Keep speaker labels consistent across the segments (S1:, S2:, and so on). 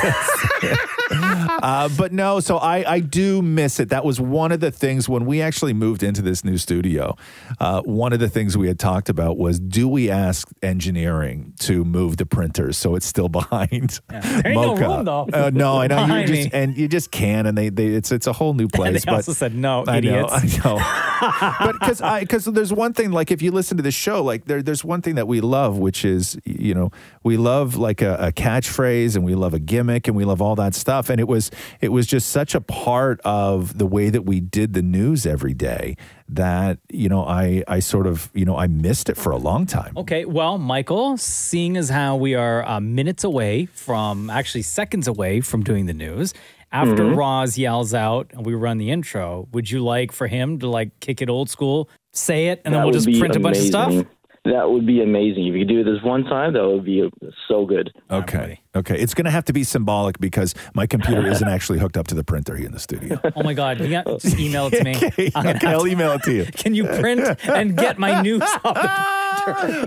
S1: uh, but no, so I, I do miss it. That was one of the things when we actually moved into this new studio. Uh, one of the things we had talked about was do we ask engineering to move the printers so it's still behind?
S2: There ain't no room, though.
S1: Uh, no, I know you
S2: Behind me.
S1: just and you just can, and they, they it's it's a whole new place. but
S2: also said no,
S1: I know,
S2: idiots.
S1: I know. but because I because there's one thing like if you listen to the show, like there there's one thing that we love, which is you know we love like a, a catchphrase and we love a gimmick and we love all that stuff, and it was it was just such a part of the way that we did the news every day that you know I I sort of you know I missed it for a long time.
S2: Okay, well, Michael, seeing as how we are uh, minutes away from, actually seconds away from doing the news, after
S3: Mm-hmm.
S2: Roz yells out and we run the intro, would you like for him to like kick it old school, say it, and
S3: That
S2: then we'll
S3: would
S2: just
S3: be
S2: print a bunch of stuff?
S3: amazing. That would be amazing. If you could do this one time, that would be so good.
S1: Okay, okay, it's gonna have to be symbolic because my computer isn't actually hooked up to the printer here in the studio.
S2: Oh my God, you got, just email it to me.
S1: okay,
S2: I'm gonna
S1: okay,
S2: have
S1: I'll
S2: to-
S1: email it to you.
S2: can you print and get my news up?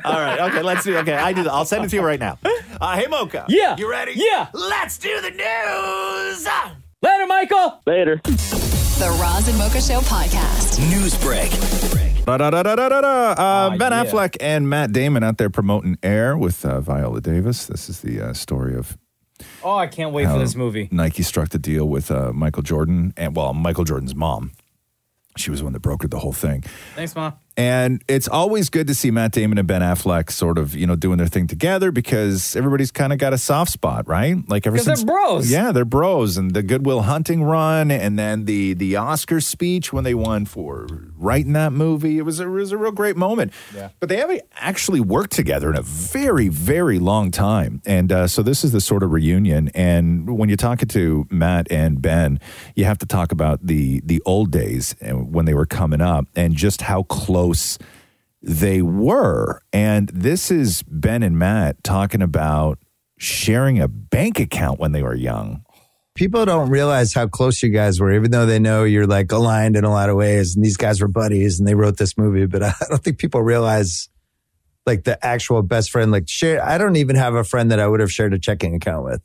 S1: All right. Okay. Let's do. Okay. I did. I'll send it to you right now. Uh, hey, Mocha.
S2: Yeah.
S1: You ready?
S2: Yeah.
S1: Let's do the news.
S2: Later, Michael.
S3: Later.
S4: The Roz and Mocha Show podcast.
S5: News break.
S1: Da, da, da, da, da, da, da. Uh, ben
S2: Ah, yeah.
S1: Affleck and Matt Damon out there promoting Air with uh, Viola Davis. This is the uh, story of
S2: Oh, I can't wait for this
S1: Um,
S2: movie.
S1: Nike struck the deal with uh, Michael Jordan and well, Michael Jordan's mom. She was the one that brokered the whole thing.
S2: Thanks, Mom.
S1: And it's always good to see Matt Damon and Ben Affleck sort of, you know, doing their thing together because everybody's kind of got a soft spot, right? Like ever
S2: 'Cause they're
S1: since
S2: bros.
S1: Yeah, they're bros, and the Goodwill Hunting run, and then the the Oscar speech when they won for writing that movie. It was a, it was a real great moment. Yeah. But they haven't actually worked together in a very very long time, and uh, so this is the sort of reunion. And when you're talking to Matt and Ben, you have to talk about the the old days and when they were coming up, and just how close they were. And this is Ben and Matt talking about sharing a bank account when they were young.
S6: people don't realize how close you guys were, even though they know you're like aligned in a lot of ways. And these guys were buddies and they wrote this movie, but I don't think people realize like the actual best friend. Like, share, I don't even have a friend that I would have shared a checking account with.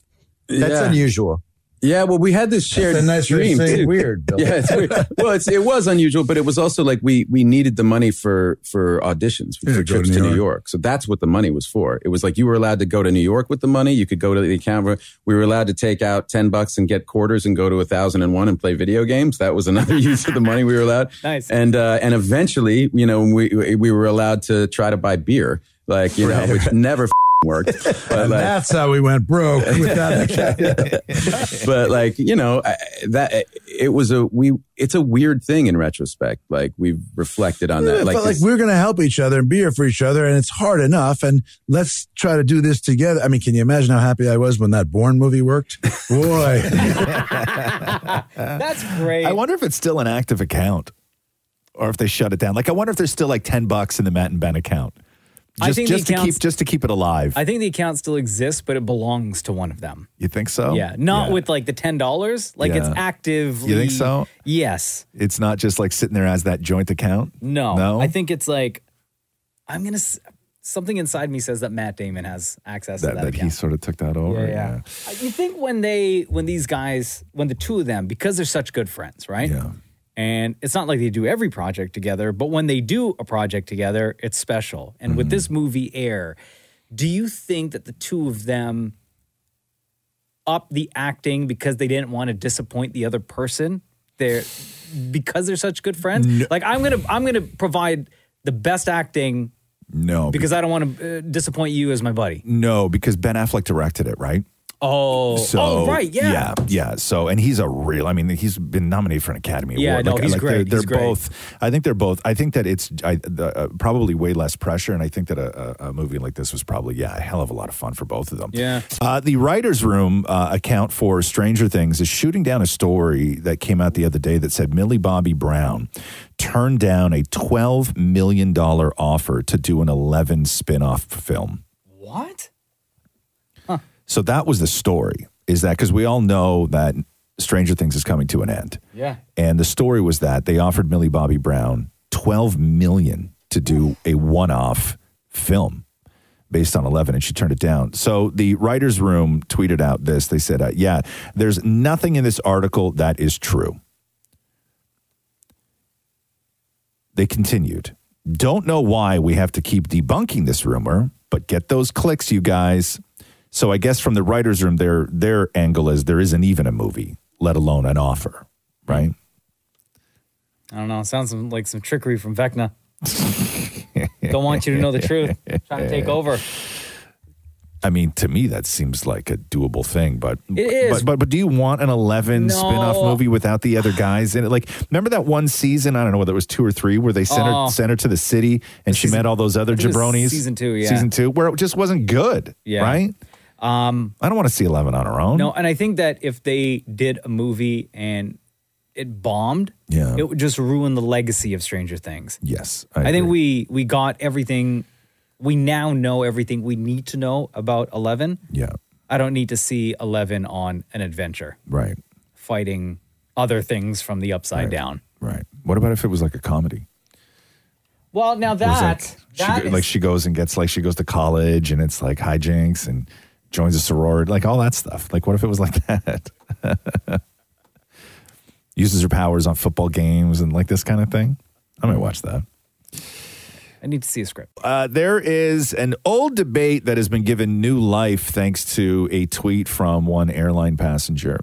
S6: That's unusual.
S7: Yeah, well, we had this shared
S6: a nice way of
S7: dream.
S6: saying
S7: too.
S6: weird, Bill.
S7: Yeah, it's weird. well, it's, it was unusual, but it was also like we we needed the money for for auditions for,
S8: Yeah,
S7: for
S8: go
S7: trips
S8: to
S7: to
S8: New
S7: New York. So that's what the money was for. It was like you were allowed to go to New York with the money. You could go to the camera. We were allowed to take out ten bucks and get quarters and go to a thousand and one and play video games. That was another use of the money we were allowed.
S2: Nice.
S7: And uh, and eventually, you know, we we were allowed to try to buy beer, like you know, which never. worked but
S8: And
S7: like,
S8: that's how we went broke without a
S7: but like you know I, that it was a we it's a weird thing in retrospect like we've reflected on that
S8: It
S7: like,
S8: felt like
S7: this-
S8: we're going to help each other and be here for each other, and it's hard enough. And let's try to do this together. I mean, can you imagine how happy I was when that Born movie worked? Boy,
S2: That's great.
S1: Uh, I wonder if it's still an active account or if they shut it down. Like, I wonder if there's still like 10 bucks in the Matt and Ben account.
S2: I
S1: Just,
S2: think the
S1: just to
S2: accounts-
S1: keep just to keep it alive.
S2: I think the account still exists, but it belongs to one of them.
S1: you think so?
S2: yeah, not with like the ten dollars. Like it's
S1: Oh, Yeah.
S2: actively.
S1: You think so?
S2: Yes.
S1: It's not just like sitting there as that joint account.
S2: No.
S1: No?
S2: I think it's like I'm gonna. s- Something inside me says that Matt Damon has access
S1: that,
S2: to
S1: that,
S2: that,
S1: he
S2: account.
S1: sort of took that over.
S2: yeah. You think when they, when these guys, when the two of them, because they're such good friends, right?
S8: Yeah.
S2: And it's not like they do every project together, but when they do a project together, it's special. And with this movie, Air, do you think that the two of them up the acting because they didn't want to disappoint the other person? They're because they're such good friends. Like I'm gonna, I'm gonna provide the best acting
S1: No. Because,
S2: because I don't want to uh, disappoint you as my buddy.
S1: no, because Ben Affleck directed it, right?
S2: Oh,
S1: So,
S2: oh, right, yeah.
S1: yeah, yeah. So, and he's a real. I mean, he's been nominated for an Academy
S2: Yeah,
S1: Award.
S2: no, he's
S1: They're,
S2: great.
S1: they're
S2: He's great.
S1: both. I think they're both. I think that it's I, the, uh, probably way less pressure, and I think that a, a, a movie like this was probably yeah a hell of a lot of fun for both of them.
S2: Yeah.
S1: Uh, the writers' room uh, account for Stranger Things is shooting down a story that came out the other day that said Millie Bobby Brown turned down a twelve million dollar offer to do an eleven spin off film.
S2: What?
S1: So that was the story. Is that because we all know that Stranger Things is coming to an end,
S2: Yeah.
S1: and the story was that they offered Millie Bobby Brown twelve million to do a one-off film based on 11 and she turned it down so the writers room tweeted out this they said uh, yeah there's nothing in this article that is true They continued, Don't know why we have to keep debunking this rumor, but get those clicks, you guys. So I guess from the writer's room, their, their angle is there isn't even a movie, let alone an offer, right?
S2: I don't know. Sounds some- like some trickery from Vecna. don't want you to know the truth. Trying to take over.
S1: I mean, to me, that seems like a doable thing, but
S2: It is.
S1: But, but but do you want an eleven
S2: No.
S1: spin-off movie without the other guys in it? Like, remember that one season? I don't know whether it was two or three, where they sent
S2: Oh.
S1: her sent her to the city and she met all those other
S2: think it was
S1: jabronis.
S2: season two, yeah.
S1: season two, where it just wasn't good,
S2: Yeah.
S1: right? Um, I don't want to see eleven on her own.
S2: No, and I think that if they did a movie and it bombed,
S1: Yeah.
S2: it would just ruin the legacy of Stranger Things.
S1: Yes,
S2: I,
S1: agree.
S2: think we we got everything. We now know everything we need to know about Eleven.
S1: Yeah,
S2: I don't need to see Eleven on an adventure
S1: right,
S2: fighting other things from the upside down.
S1: right. What about if it was like a comedy?
S2: Well, now
S1: It was
S2: that
S1: like, she,
S2: that
S1: go-
S2: is-
S1: like she goes and gets like she goes to college and it's like hijinks and joins a sorority, like all that stuff. Like, what if it was like that? Uses her powers on football games and like this kind of thing. I might watch that.
S2: I need to see a script.
S1: Uh, there is an old debate that has been given new life thanks to a tweet from one airline passenger.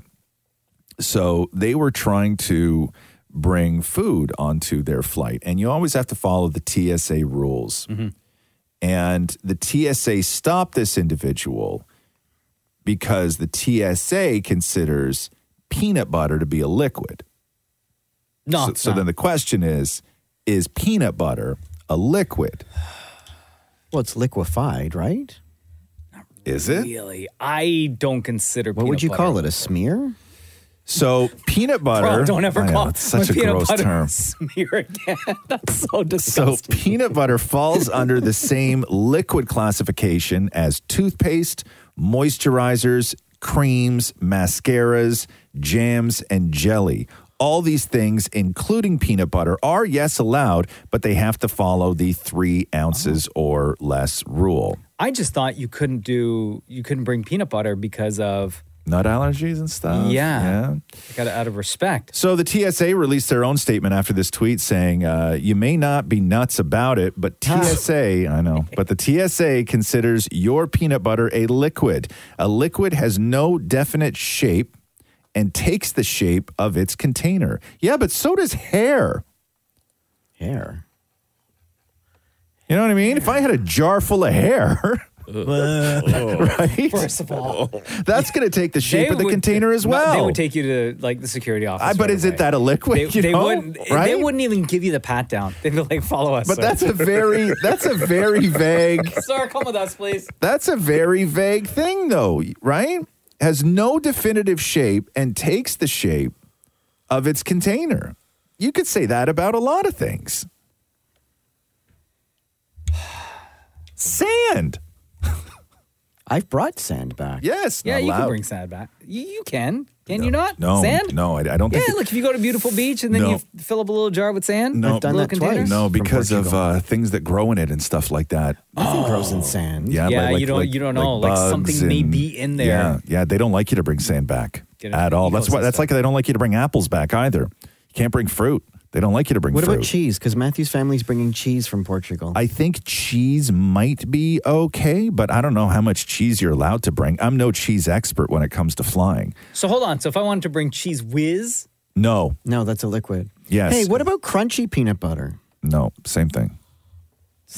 S1: So they were trying to bring food onto their flight, and you always have to follow the TSA rules.
S2: Mm-hmm.
S1: And the TSA stopped this individual because the TSA considers peanut butter to be a liquid.
S2: No,
S1: So,
S2: it's
S1: so
S2: not.
S1: then the question is is peanut butter a liquid?
S9: Well, it's liquefied, right?
S1: Is it?
S2: Really, I don't consider.
S9: What would you call it? A smear?
S1: So peanut butter.
S2: Bro, don't ever
S1: I know,
S2: call
S1: it's such a
S2: my peanut
S1: gross
S2: butter
S1: term.
S2: Smear again. That's so
S1: So
S2: disgusting.
S1: peanut butter falls under the same liquid classification as toothpaste, moisturizers, creams, mascaras, jams, and jelly. All these things, including peanut butter, are yes allowed, but they have to follow the three ounces or less rule.
S2: I just thought you couldn't do you couldn't bring peanut butter because of
S1: nut allergies and stuff.
S2: yeah. I got it out of respect.
S1: So the TSA released their own statement after this tweet saying, uh, "You may not be nuts about it, but TSA, I know, but the TSA considers your peanut butter a liquid. A liquid has no definite shape and takes the shape of its container. Yeah, but so does hair. Hair. You know what I mean? If I had a jar full of hair." right?
S2: First of all,
S1: that's going to take the shape
S2: Oh. They
S1: of the
S2: would-
S1: container as
S2: no,
S1: well.
S2: They would take you to like the security office.
S1: I- but
S2: right
S1: is it
S2: away.
S1: that a liquid,
S2: They,
S1: you
S2: they
S1: know?
S2: wouldn't. They
S1: Right?
S2: wouldn't even give you the pat down. They'd be like, "Follow us."
S1: But
S2: sir."
S1: that's a very that's a very vague
S2: Sir, come with us, please.
S1: that's a very vague thing though, right? Has no definitive shape and takes the shape of its container. You could say that about a lot of things. Sand.
S9: I've brought sand back.
S1: Yes.
S2: Yeah, you can bring sand back. You, you can. Can you not?
S1: No,
S2: Sand?
S1: no, I, I don't
S2: Yeah,
S1: think. it-
S2: look, if you go to beautiful beach and then
S1: No.
S2: you f- fill up a little jar with sand,
S1: no,
S2: little container.
S1: No, because of uh, things that grow in it and stuff like that.
S2: Nothing grows in
S9: sand.
S1: Yeah,
S2: Yeah,
S1: like, like-
S2: you don't-
S1: like-
S2: you don't know, like,
S1: bugs
S2: something may be in there.
S1: Yeah, yeah, they don't like you to bring sand back
S2: Get it,
S1: at all. That's
S9: eagles
S1: why.
S9: and
S1: That's like they don't like you to bring apples back either. You can't bring fruit. They don't like you to bring
S9: What
S1: fruit.
S9: about cheese? Because Matthew's family's bringing cheese from Portugal.
S1: I think cheese might be okay, but I don't know how much cheese you're allowed to bring. I'm no cheese expert when it comes to flying.
S2: So hold on. So if I wanted to bring cheese whiz,
S1: No.
S9: No, that's a liquid.
S1: Yes.
S9: Hey, what about crunchy peanut butter?
S1: No, same thing.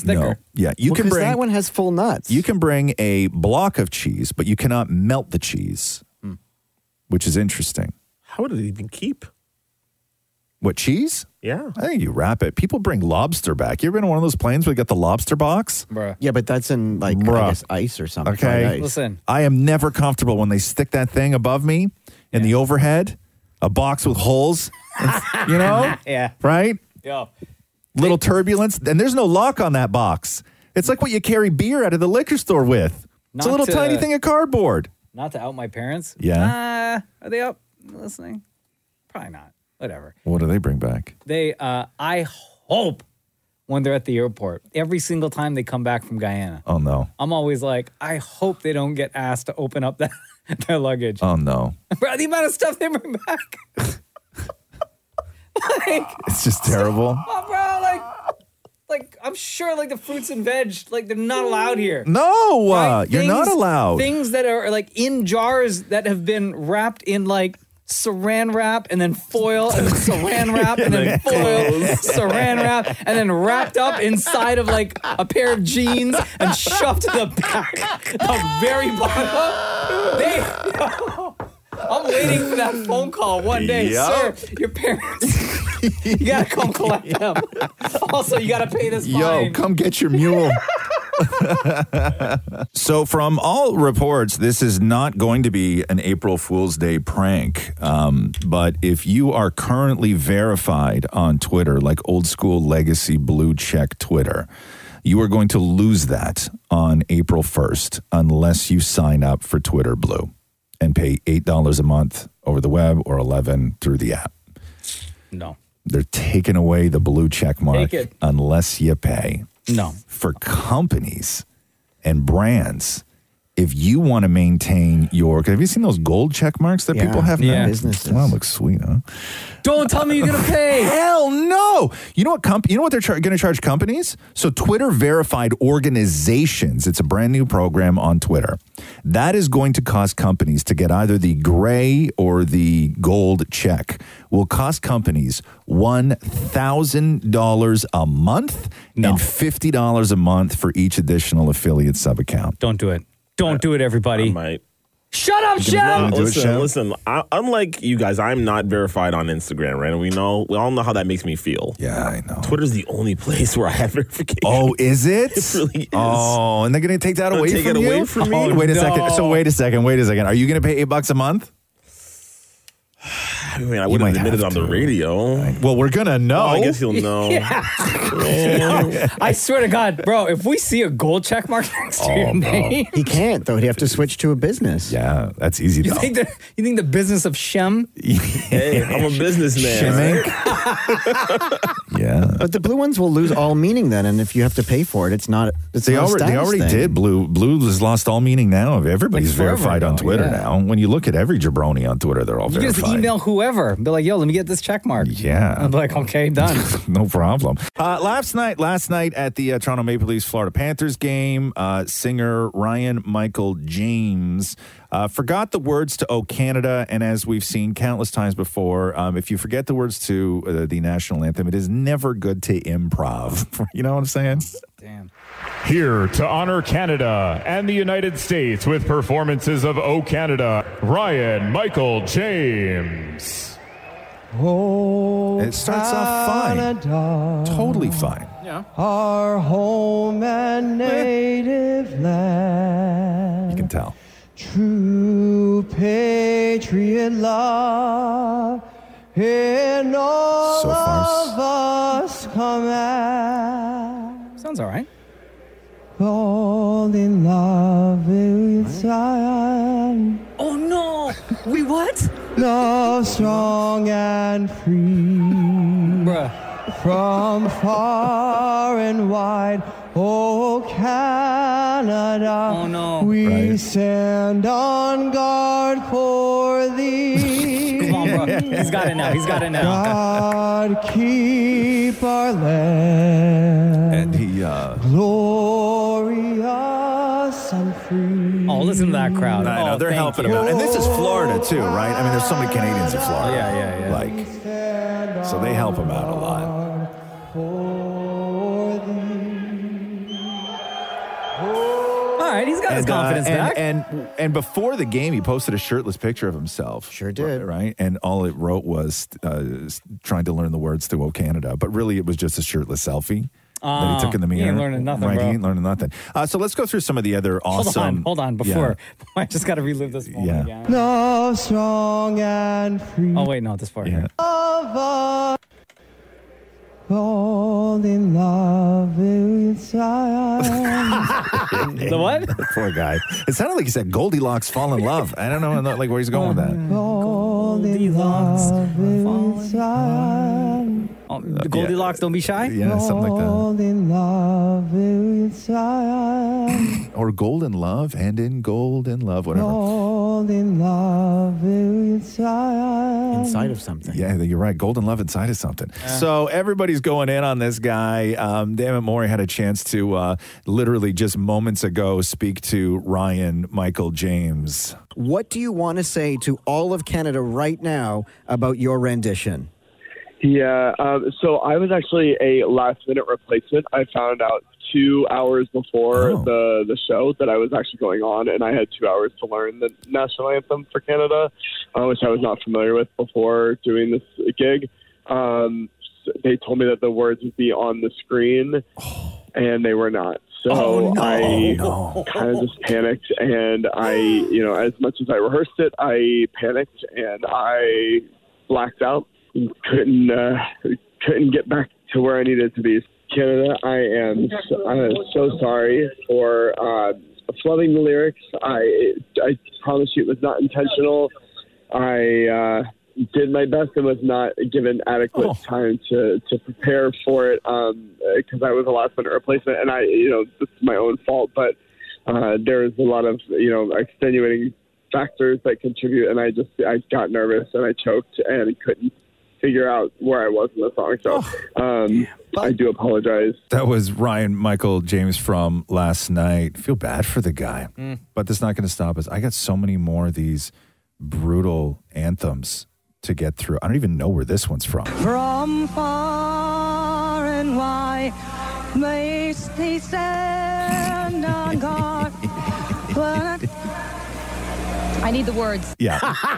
S1: No. Yeah, you
S9: Well,
S1: can
S9: 'cause
S1: bring
S9: that one has full nuts.
S1: You can bring a block of cheese, but you cannot melt the cheese, which is interesting.
S10: Hmm. How would it even keep?
S1: What cheese?
S10: Yeah.
S1: I think you wrap it. People bring lobster back. You ever been on one of those planes where they got the lobster box?
S2: Bruh.
S9: Yeah, but that's in like I
S1: Bruh.
S9: guess, ice or something.
S1: Okay.
S9: fried ice.
S1: I am never comfortable when they stick that thing above me in the overhead, a box with holes, you know?
S2: yeah,
S1: Right?
S2: yeah.
S1: Little turbulence. And there's no lock on that box. It's like what you carry beer out of the liquor store with. it's a
S2: Not
S1: little
S2: to-
S1: tiny thing of cardboard.
S2: Not to out my parents.
S1: Yeah.
S2: Uh, are they up listening? Probably not. Whatever.
S1: What do they bring back?
S2: They. Uh, I hope when they're at the airport, every single time they come back from Guyana,
S1: Oh, no.
S2: I'm always like, I hope they don't get asked to open up that, their luggage.
S1: Oh, no.
S2: Bro, the amount of stuff they bring back. like,
S1: It's just terrible.
S2: oh, bro, like, like I'm sure, like the fruits and veg, like they're not allowed here.
S1: No, uh,
S2: Right?
S1: you're not
S2: Things-
S1: allowed.
S2: Things that are like in jars that have been wrapped in like saran wrap and then foil and then saran wrap and then foil, saran wrap, and then wrapped up inside of like a pair of jeans and shoved to the back, the very bottom. They. I'm waiting for that phone call one day,
S1: Yup.
S2: sir. Your parents, you gotta come collect them. Also, you gotta pay this
S1: Yo,
S2: fine.
S1: come get your mule. so, from all reports, this is not going to be an April Fool's Day prank. Um, but if you are currently verified on Twitter, like old school legacy blue check Twitter, you are going to lose that on April 1st unless you sign up for Twitter Blue and pay $8 a month over the web or 11 through the app.
S2: No.
S1: They're taking away the blue check mark
S2: Take it.
S1: unless you pay.
S2: No.
S1: For companies and brands, if you want to maintain your, have you seen those gold check marks that people have now?
S2: Yeah.
S1: Businesses. Wow, looks sweet, huh?
S2: Don't tell me you're gonna pay.
S1: Hell no! You know what? Comp- you know what they're char- going to charge companies? So Twitter verified organizations. It's a brand new program on Twitter that is going to cost companies to get either the gray or the gold check. Will cost companies one thousand dollars a month and fifty dollars a month for each additional affiliate sub account.
S2: Don't do it. Don't do it, everybody.
S10: might.
S2: Shut up,
S10: No,
S2: Shep.
S10: listen, listen. I, unlike you guys, I'm not verified on Instagram, right? And we know we all know how that makes me feel.
S1: Yeah, I know.
S10: Twitter's the only place where I have verification.
S1: Oh, is it?
S10: It really is.
S1: Oh, and they're going to take that
S10: They'll
S1: away
S10: take
S1: from
S10: it
S1: you.
S10: away from me?
S1: Oh, wait a
S10: No.
S1: second. So wait a second. Wait a second. Are you going to pay eight bucks a month?
S10: I mean, I wouldn't admit it on the radio. Oh,
S1: Well, we're gonna know.
S10: I guess you'll know.
S2: No, I swear to God, bro, if we see a gold check mark next
S1: Oh,
S2: to your name,
S9: He can't though. He'd have to switch to a business.
S1: Yeah, that's easy
S2: you think the you think the business of Shem?
S10: Hey, I'm a businessman.
S1: Shemink. Yeah.
S9: But the blue ones will lose all meaning then, and if you have to pay for it, it's not. It's
S1: they
S9: not a
S1: already, they
S9: status
S1: already
S9: thing.
S1: did. Blue Blue has lost all meaning now. Everybody's
S2: Like forever
S1: verified on
S2: ago,
S1: Twitter
S2: yeah.
S1: now. When you look at every jabroni on Twitter, they're all
S2: You can
S1: verified.
S2: just email whoever and be like, yo, let me get this check mark.
S1: Yeah.
S2: I'm like, okay, done.
S1: no problem. Uh, last night, last night at the uh, Toronto Maple Leafs Florida Panthers game, uh, singer Ryan Michael James uh, forgot the words to "O Canada," and as we've seen countless times before, um, if you forget the words to uh, the national anthem, it is never good to improv. you know what I'm saying?
S10: Here to honor Canada and the United States with performances of O Canada, Ryan Michael James.
S1: Oh, it starts off fine, totally fine.
S3: Our home and native land. You
S1: can tell.
S3: True patriot love in all of us come out.
S2: Sounds all right.
S3: All in love with Zion.
S2: Oh no! We what?
S3: Love strong and free. From far and wide, oh Canada, oh, no. we stand on guard for thee.
S2: Come on, bro. He's got it now. He's got it now.
S3: God keep our land.
S1: And he, uh,
S3: glorious and free.
S2: Oh, listen to that crowd.
S1: I know,
S2: Oh,
S1: they're
S2: thank
S1: helping
S2: you.
S1: him out. And this is Florida, too, right? I mean, there's so many Canadians in Florida. Yeah, yeah, yeah. Like, so they help him out a lot.
S2: All right, he's got his
S1: uh,
S2: confidence
S1: and,
S2: back.
S1: And, and before the game, he posted a shirtless picture of himself. Sure did. Right? And all it wrote was uh, s- trying to learn the words to O Canada. But really, it was just a shirtless selfie. that
S2: Ah,
S1: he took in the
S2: he
S1: mirror.
S2: ain't learning nothing,
S1: Right,
S2: bro.
S1: he ain't learning nothing. Uh, so let's go through some of the other awesome.
S2: Hold on, hold on.
S1: Yeah.
S2: Before I just got to relive this moment
S1: Yeah.
S2: again.
S3: Love strong and free.
S2: Oh wait, no, this part. here.
S3: Of us. All in love with Zion.
S1: the
S2: what?
S1: Poor guy. It sounded like he said Goldilocks fall in love. I don't know I'm not, like where he's going with that.
S3: All in love with Zion.
S2: Oh, Goldilocks, don't be shy.
S1: Yeah, something like that.
S3: All in love with Zion.
S1: Or gold in love and in gold in love, whatever.
S3: All in love with Zion.
S1: something. Yeah, you're right. Golden love inside of something. So everybody's going in on this guy. Um, Dammit Mori had a chance to uh, literally just moments ago speak to Ryan Michael James.
S9: What do you want to say to all of Canada right now about your rendition?
S11: Yeah. Um, so I was actually a last minute replacement. I found out two hours before the the show that I was actually going on, and I had two hours to learn the national anthem for Canada, uh, which I was not familiar with before doing this gig. Um, s- they told me that the words would be on the screen, and they were not. So I kind of just panicked, and I, you know, as much as I rehearsed it, I panicked and I blacked out and couldn't uh, couldn't get back to where I needed to be. Canada, I am so, I am so sorry for uh, flooding the lyrics. I I promise you it was not intentional. I uh, did my best and was not given adequate time to, to prepare for it because I was a last minute replacement, and I you know this is my own fault, but uh, there's a lot of you know extenuating factors that contribute, and I just I got nervous and I choked and couldn't figure out where I was in the song. So um, I do apologize.
S1: That was Ryan Michael James from last night. Feel bad for the guy,
S3: Mm.
S1: but that's not going to stop us. I got so many more of these brutal anthems to get through. I don't even know where this one's from.
S3: From far and wide, may they stand on guard. But I need the words.
S1: Yeah,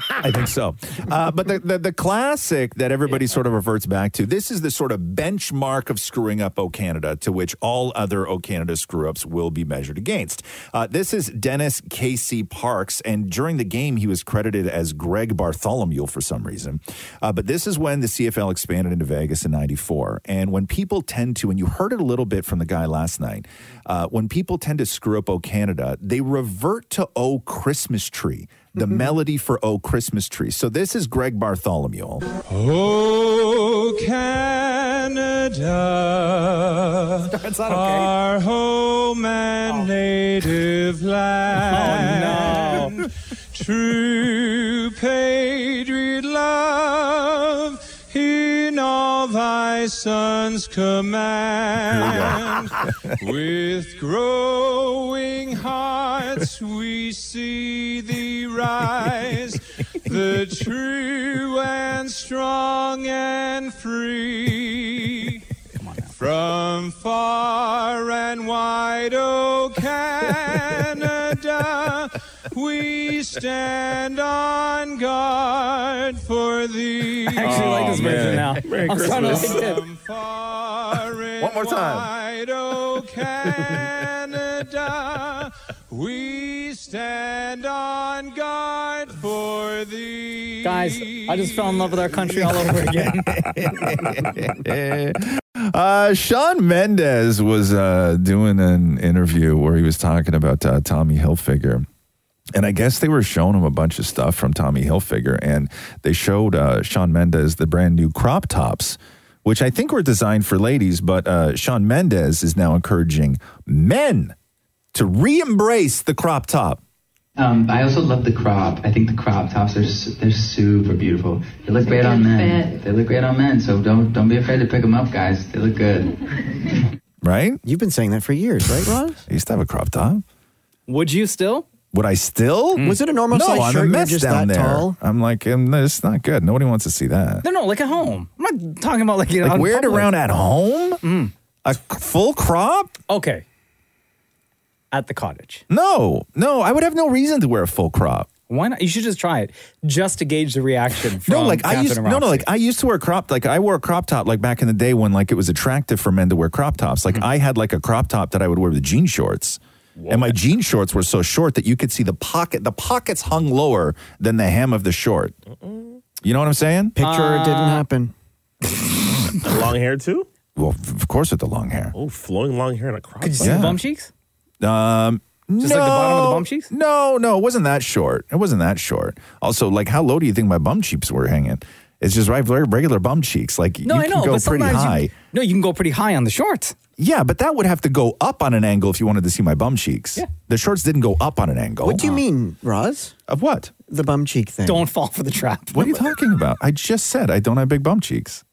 S1: I think so. Uh, but the, the the classic that everybody sort of reverts back to. This is the sort of benchmark of screwing up O Canada, to which all other O Canada screw ups will be measured against. Uh, this is Dennis Casey Parks, and during the game he was credited as Greg Bartholomew for some reason. Uh, but this is when the CFL expanded into Vegas in '94, and when people tend to, and you heard it a little bit from the guy last night, uh, when people tend to screw up O Canada, they revert to O Christmas Tree the melody for Oh Christmas Tree. So this is Greg Bartholomew.
S3: Oh, Canada.
S12: Canada, our home and native land. True patriot love in all thy son's command. With growing hearts we see thee rise, the true and strong and free. From far and wide, O Canada, we stand on guard for thee.
S2: I actually like
S12: Oh,
S2: this version now. I'm starting to like it.
S12: One more time. Wide, O Canada, we stand on guard for thee.
S2: Guys, I just fell in love with our country all over again.
S1: Uh, Sean Mendez was uh, doing an interview where he was talking about uh, Tommy Hilfiger. And I guess they were showing him a bunch of stuff from Tommy Hilfiger. And they showed uh, Sean Mendez the brand new crop tops, which I think were designed for ladies. But uh, Sean Mendez is now encouraging men to re embrace the crop top.
S13: Um, but I also love the crop. I think the crop tops are s- they're super beautiful. They look great on men. They look great on men. So don't don't be afraid to pick them up, guys. They look good.
S1: Right?
S9: You've been saying that for years, right, Roz?
S1: I used to have a crop top.
S2: Would you still?
S1: Would I still?
S2: Mm.
S9: Was it a normal
S1: no,
S9: size
S1: I'm
S9: shirt?
S1: a
S9: You're
S1: mess
S9: just
S1: down
S9: that
S1: there.
S9: tall?
S1: I'm like, um, it's not good. Nobody wants to see that.
S2: No, no, like at home. I'm not talking about like, you know,
S1: Like,
S2: out in
S1: wear it
S2: public.
S1: around at home?
S2: Mm.
S1: A c- full crop?
S2: Okay. At the cottage.
S1: No, no, I would have no reason to wear a full crop.
S2: Why not? You should just try it just to gauge the reaction. From
S1: no, like I
S2: Catherine
S1: used no, no,
S2: Roxy.
S1: like I used to wear crop. Like I wore a crop top like back in the day when like it was attractive for men to wear crop tops.
S2: Mm-hmm.
S1: Like I had like a crop top that I would wear with jean shorts, and my jean shorts were so short that you could see the pocket. The pockets hung lower than the hem of the short. You know what I'm saying?
S9: Picture
S2: Uh,
S9: it didn't happen.
S1: long hair too. Well, f- of course, with the long hair.
S10: Oh, flowing long hair and a crop.
S1: Could you see the Yeah. bum
S2: cheeks?
S1: Um,
S10: Just
S1: no,
S10: like the bottom of the
S2: bum cheeks?
S1: No, no, it wasn't that short. It wasn't that short. Also, like, how low do you think my bum cheeks were hanging? It's just right, regular bum cheeks. Like,
S2: no,
S1: you
S2: I
S1: can
S2: know,
S1: go
S2: but
S1: pretty
S2: sometimes
S1: high.
S2: You, no, you can go pretty high on the shorts.
S1: Yeah, but that would have to go up on an angle if you wanted to see my bum cheeks. The shorts didn't go up on an angle.
S9: What do you mean, Roz?
S1: Of what?
S9: The bum cheek thing.
S2: Uh-huh. Don't fall for the trap.
S1: What are you talking about? I just said I don't have big bum cheeks.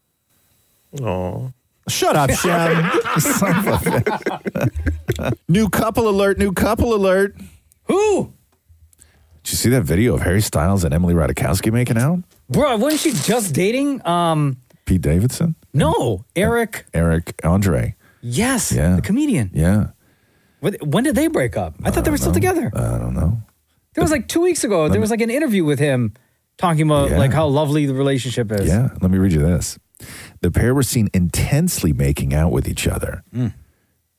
S10: Oh.
S1: Shut up, Shem. Son of a bitch. new couple alert, new couple alert.
S2: Who?
S1: Did you see that video of Harry Styles and Emily Ratajkowski making out?
S2: Bro, wasn't she just dating? Um,
S1: Pete Davidson?
S2: No, Eric.
S1: Eric Andre.
S2: Yes,
S1: Yeah.
S2: the comedian.
S1: Yeah.
S2: What- When did they break up? I thought they were still together. I
S1: don't know.
S2: There was like two weeks ago. There was like an interview with him talking about like how lovely the relationship is.
S1: Yeah. Let me read you this. The pair were seen intensely making out with each other in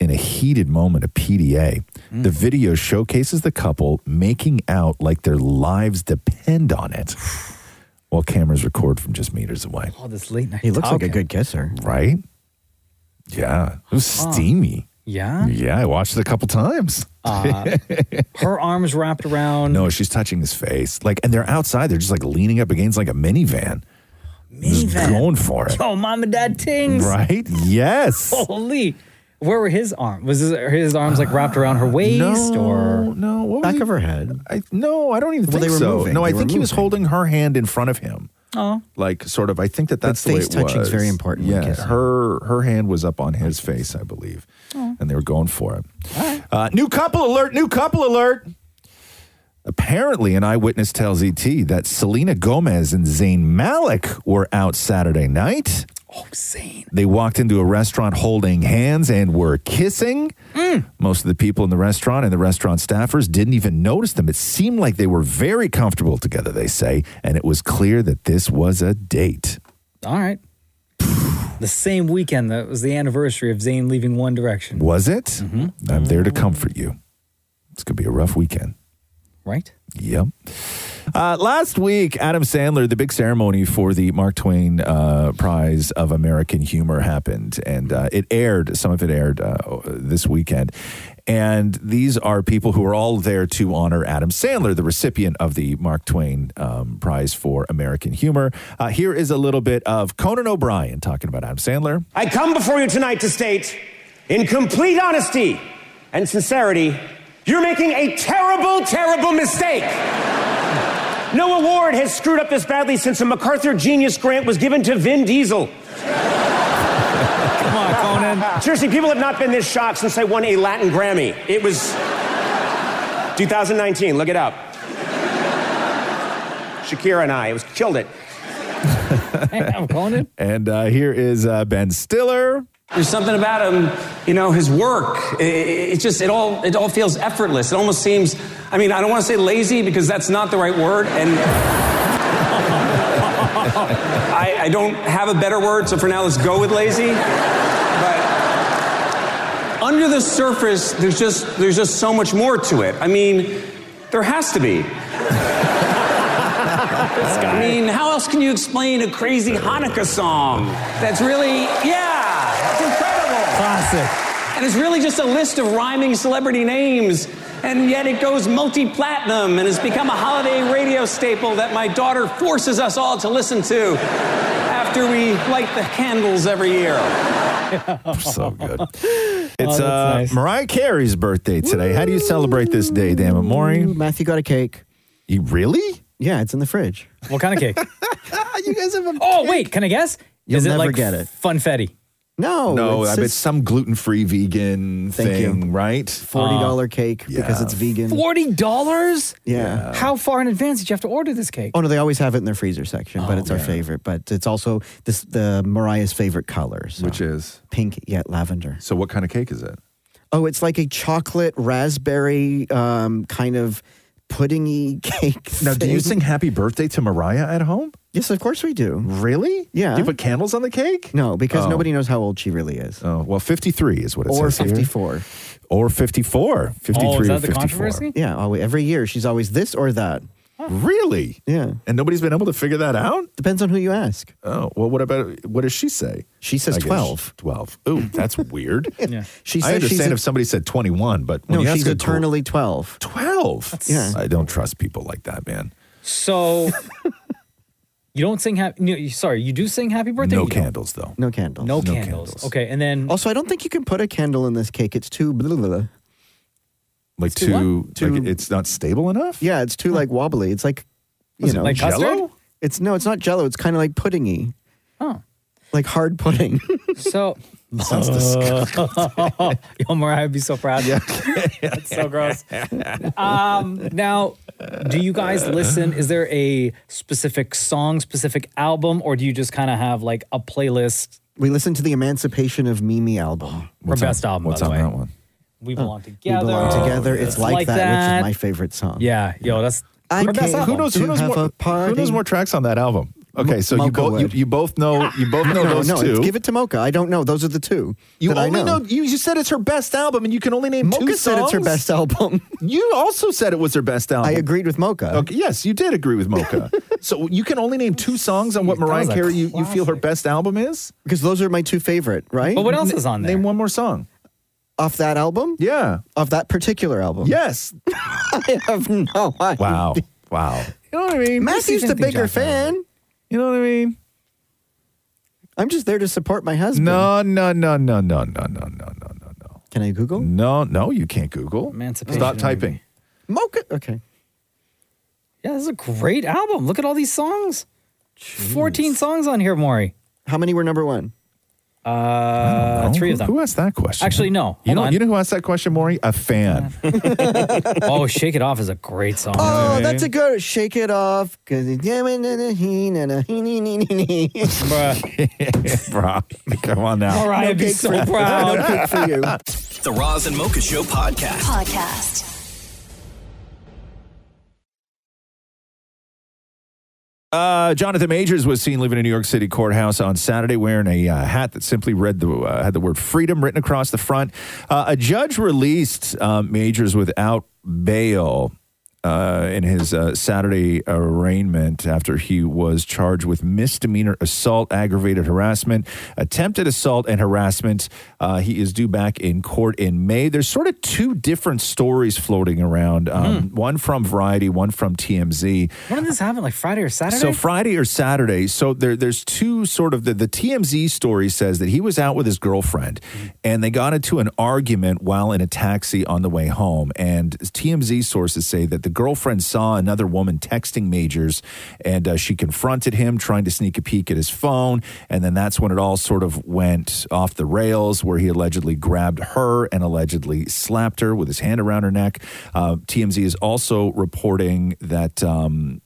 S1: a heated moment of PDA. The
S2: Mm.
S1: video showcases the couple making out like their lives depend on it while cameras record from just meters away.
S2: All this late night.
S9: He looks like a
S2: talking.
S9: good kisser.
S1: Right? Yeah. It was
S2: Huh.
S1: steamy.
S2: Yeah.
S1: Yeah. I watched it a couple times.
S2: Uh, her arms wrapped around.
S1: No, she's touching his face. Like, and they're outside. They're just like leaning up against like a minivan. Just
S2: Minivan.
S1: going for it.
S2: Oh, mom and dad tings.
S1: Right? Yes.
S2: Holy. Where were his arms? Was his, his arms like wrapped around her waist or
S1: no? What
S2: back
S1: of
S9: her head?
S1: I, no, I don't even think
S9: they were
S1: so.
S9: moving.
S1: No, I
S9: They were
S1: think he was holding her hand in front of him.
S2: Oh,
S1: Like sort of, I think that
S9: But
S1: that's the way
S9: face
S1: it
S9: touching's
S1: was.
S9: very important when
S1: Yeah,
S9: kissing.
S1: her her hand was up on his face, I believe, and they were going for it. Uh, new couple alert! New couple alert! Apparently, an eyewitness tells ET that Selena Gomez and Zayn Malik were out Saturday night.
S2: Oh, Zayn!
S1: They walked into a restaurant holding hands and were kissing. Most of the people in the restaurant and the restaurant staffers didn't even notice them. It seemed like they were very comfortable together, they say, and it was clear that this was a date.
S2: all right? The same weekend that was the anniversary of Zayn leaving One Direction,
S1: Was it? I'm there to comfort you. It's going to be a rough weekend.
S2: right?
S1: Yep. Uh, last week, Adam Sandler, the big ceremony for the Mark Twain uh, Prize of American Humor happened, and uh, it aired. Some of it aired uh, this weekend. And these are people who are all there to honor Adam Sandler, the recipient of the Mark Twain um, Prize for American Humor. Uh, here is a little bit of Conan O'Brien talking about Adam Sandler.
S14: I come before you tonight to state, in complete honesty and sincerity, you're making a terrible, terrible mistake. No award has screwed up this badly since the MacArthur Genius Grant was given to Vin Diesel. Come on, Conan. Seriously, people have not been this shocked since I won a Latin Grammy. It was 2019. Look it up. Shakira and I. It was killed it.
S1: I'm calling it. And uh, here is uh, Ben Stiller.
S15: There's something about him, you know, his work. It, it, it just, it all, it all feels effortless. It almost seems, I mean, I don't want to say lazy because that's not the right word. And I, I don't have a better word, so for now, let's go with lazy. But under the surface, there's just, there's just so much more to it. I mean, there has to be. I mean, how else can you explain a crazy Hanukkah song that's really, yeah, it's incredible. Classic. And it's really just a list of rhyming celebrity names, and yet it goes multi platinum and has become a holiday radio staple that my daughter forces us all to listen to after we light the candles every year.
S1: so good.
S9: Oh,
S1: It's uh, Mariah Carey's birthday today. How do you celebrate this day, damn it, Maury?
S9: Matthew got a cake.
S1: You really?
S9: Yeah, it's in the fridge.
S2: What kind of cake?
S9: you guys have a
S2: oh, wait, can I guess?
S9: You'll
S2: Is it
S9: never
S2: like
S9: get it.
S2: funfetti?
S9: No,
S1: no,
S9: Oh, it's
S1: I bet
S9: just-
S1: some gluten free vegan
S9: Thank you.
S1: thing, right? Uh,
S9: forty dollar cake because it's vegan.
S2: Forty dollars?
S9: Yeah.
S2: How far in advance did you have to order this cake?
S9: Oh no, they always have it in their freezer section,
S1: Oh,
S9: but it's our favorite. But it's also this the Mariah's favorite color, so.
S1: which is
S9: pink, yet lavender.
S1: So, what kind of cake is it?
S9: Oh, it's like a chocolate raspberry um, kind of puddingy cake.
S1: Now, do you
S9: thing.
S1: sing Happy Birthday to Mariah at home?
S9: Yes, of course we do.
S1: Really?
S9: Yeah.
S1: Do you put candles on the cake?
S9: No, because
S1: Oh.
S9: nobody knows how old she really is.
S1: Oh, well, 53 is what it
S9: Or
S1: says. here.
S9: 54.
S1: Or 54. 53 or 54.
S9: Yeah, always, every year she's always this or that.
S1: Really?
S9: Yeah.
S1: And nobody's been able to figure that out?
S9: Depends on who you ask.
S1: Oh, well, what about what does she say?
S9: She says
S1: I guess
S9: 12.
S1: 12. Ooh, that's weird. yeah.
S9: She
S1: I
S9: says she's
S1: understand
S9: a-
S1: if somebody said 21, but when
S9: no,
S1: you ask
S9: she's
S1: a
S9: eternally 12.
S1: 12.
S9: Yeah.
S1: I don't trust people like that, man.
S2: So you don't sing happy. No, you- sorry, you do sing happy birthday.
S1: No
S2: You don't.
S1: candles, though.
S9: No candles.
S2: No, candles. Okay, and then
S9: Also, I don't think you can put a candle in this cake. It's too blah, blah, blah.
S1: Like
S9: too what?
S1: too, like
S9: Too-
S1: it's not stable enough?
S9: Yeah, it's too like wobbly. It's like you
S1: Is it
S9: know
S1: like custard? Jell-O?
S9: It's no, it's not jello. It's kind of like puddingy.
S2: Oh.
S9: Like hard pudding.
S2: so
S9: Sounds
S2: disgusting. Yo, Mariah would be so proud. Yeah. That's so gross. Um, now, do you guys listen? Is there a specific song, specific album, or do you just kind of have like a playlist?
S9: we listened to the Emancipation of Mimi album.
S2: Her best album, by the way.
S1: one?
S2: We belong
S9: We
S2: together.
S9: belong together. It's like, that, which is my favorite song.
S2: Yeah, yo, that's
S9: I
S2: her best
S9: came
S2: album.
S1: Who knows, who,
S9: to
S1: knows
S9: have
S1: more,
S9: a
S1: who knows
S9: party.
S1: more tracks on that album? Okay, so you
S9: Mocha
S1: both you,
S9: would.
S1: you both know you both know
S9: no,
S1: those
S9: no,
S1: two.
S9: it's give it to Mocha. I don't know. Those are the two.
S1: You
S9: that I
S1: only know. you, you said it's her best album, and you can only name two
S9: Mocha said it's her
S1: songs?
S9: best album.
S1: You also said it was her best album.
S9: I agreed with Mocha.
S1: Okay, yes, you did agree with Mocha. so you can only name two songs on what Mariah
S9: was a
S1: Carey you, you feel her best album is.
S9: Because those are my two favorite, right?
S2: But what else is on there?
S1: Name one more song.
S9: Off that album?
S1: Yeah.
S9: Off that particular album?
S1: Yes.
S9: I have no idea.
S1: Wow. Wow. You know what I mean?
S9: Matthew's the bigger fan.
S1: You know what I mean?
S9: I'm just there to support my husband.
S1: No, no, no, no, no, no, no, no, no, no, no.
S9: Can I Google?
S1: No, no, you can't Google.
S2: Emancipation
S1: Stop
S2: of
S1: typing.
S9: Mocha. Okay.
S2: Yeah, this is a great album. Look at all these songs. 14 songs on here, Maury.
S9: How many were number one?
S2: Uh,
S1: No,
S2: three
S1: who,
S2: of them.
S1: Who asked that question?
S2: Actually, no.
S1: You
S2: Hold
S1: know,
S2: on.
S1: you know who asked that question, Maury? A fan.
S2: oh, Shake It Off is a great song.
S9: Oh, that's a good shake it off. 'cause it's- Bruh.
S1: Bro, come on now.
S2: Mariah would be
S9: cake
S2: so
S9: for-
S2: proud.
S9: no cake for you.
S5: The Roz and Mocha Show podcast.
S4: Podcast.
S1: Uh, Jonathan Majors was seen leaving a New York City courthouse on Saturday wearing a uh, hat that simply read the uh, had the word "freedom" written across the front. Uh, a judge released uh, Majors without um, bail uh, in his uh, Saturday arraignment after he was charged with misdemeanor assault, aggravated harassment, attempted assault, and harassment. Uh, he is due back in court in May. There's sort of two different stories floating around um, one from Variety, one from TMZ.
S2: When did this happen? Like Friday or Saturday?
S1: So Friday or Saturday. So there, there's two sort of the, the TMZ story says that he was out with his girlfriend and they got into an argument while in a taxi on the way home. And TMZ sources say that the girlfriend saw another woman texting Majors and uh, she confronted him trying to sneak a peek at his phone. And then that's when it all sort of went off the rails where he allegedly grabbed her and allegedly slapped her with his hand around her neck. Uh, TMZ is also reporting that. Um,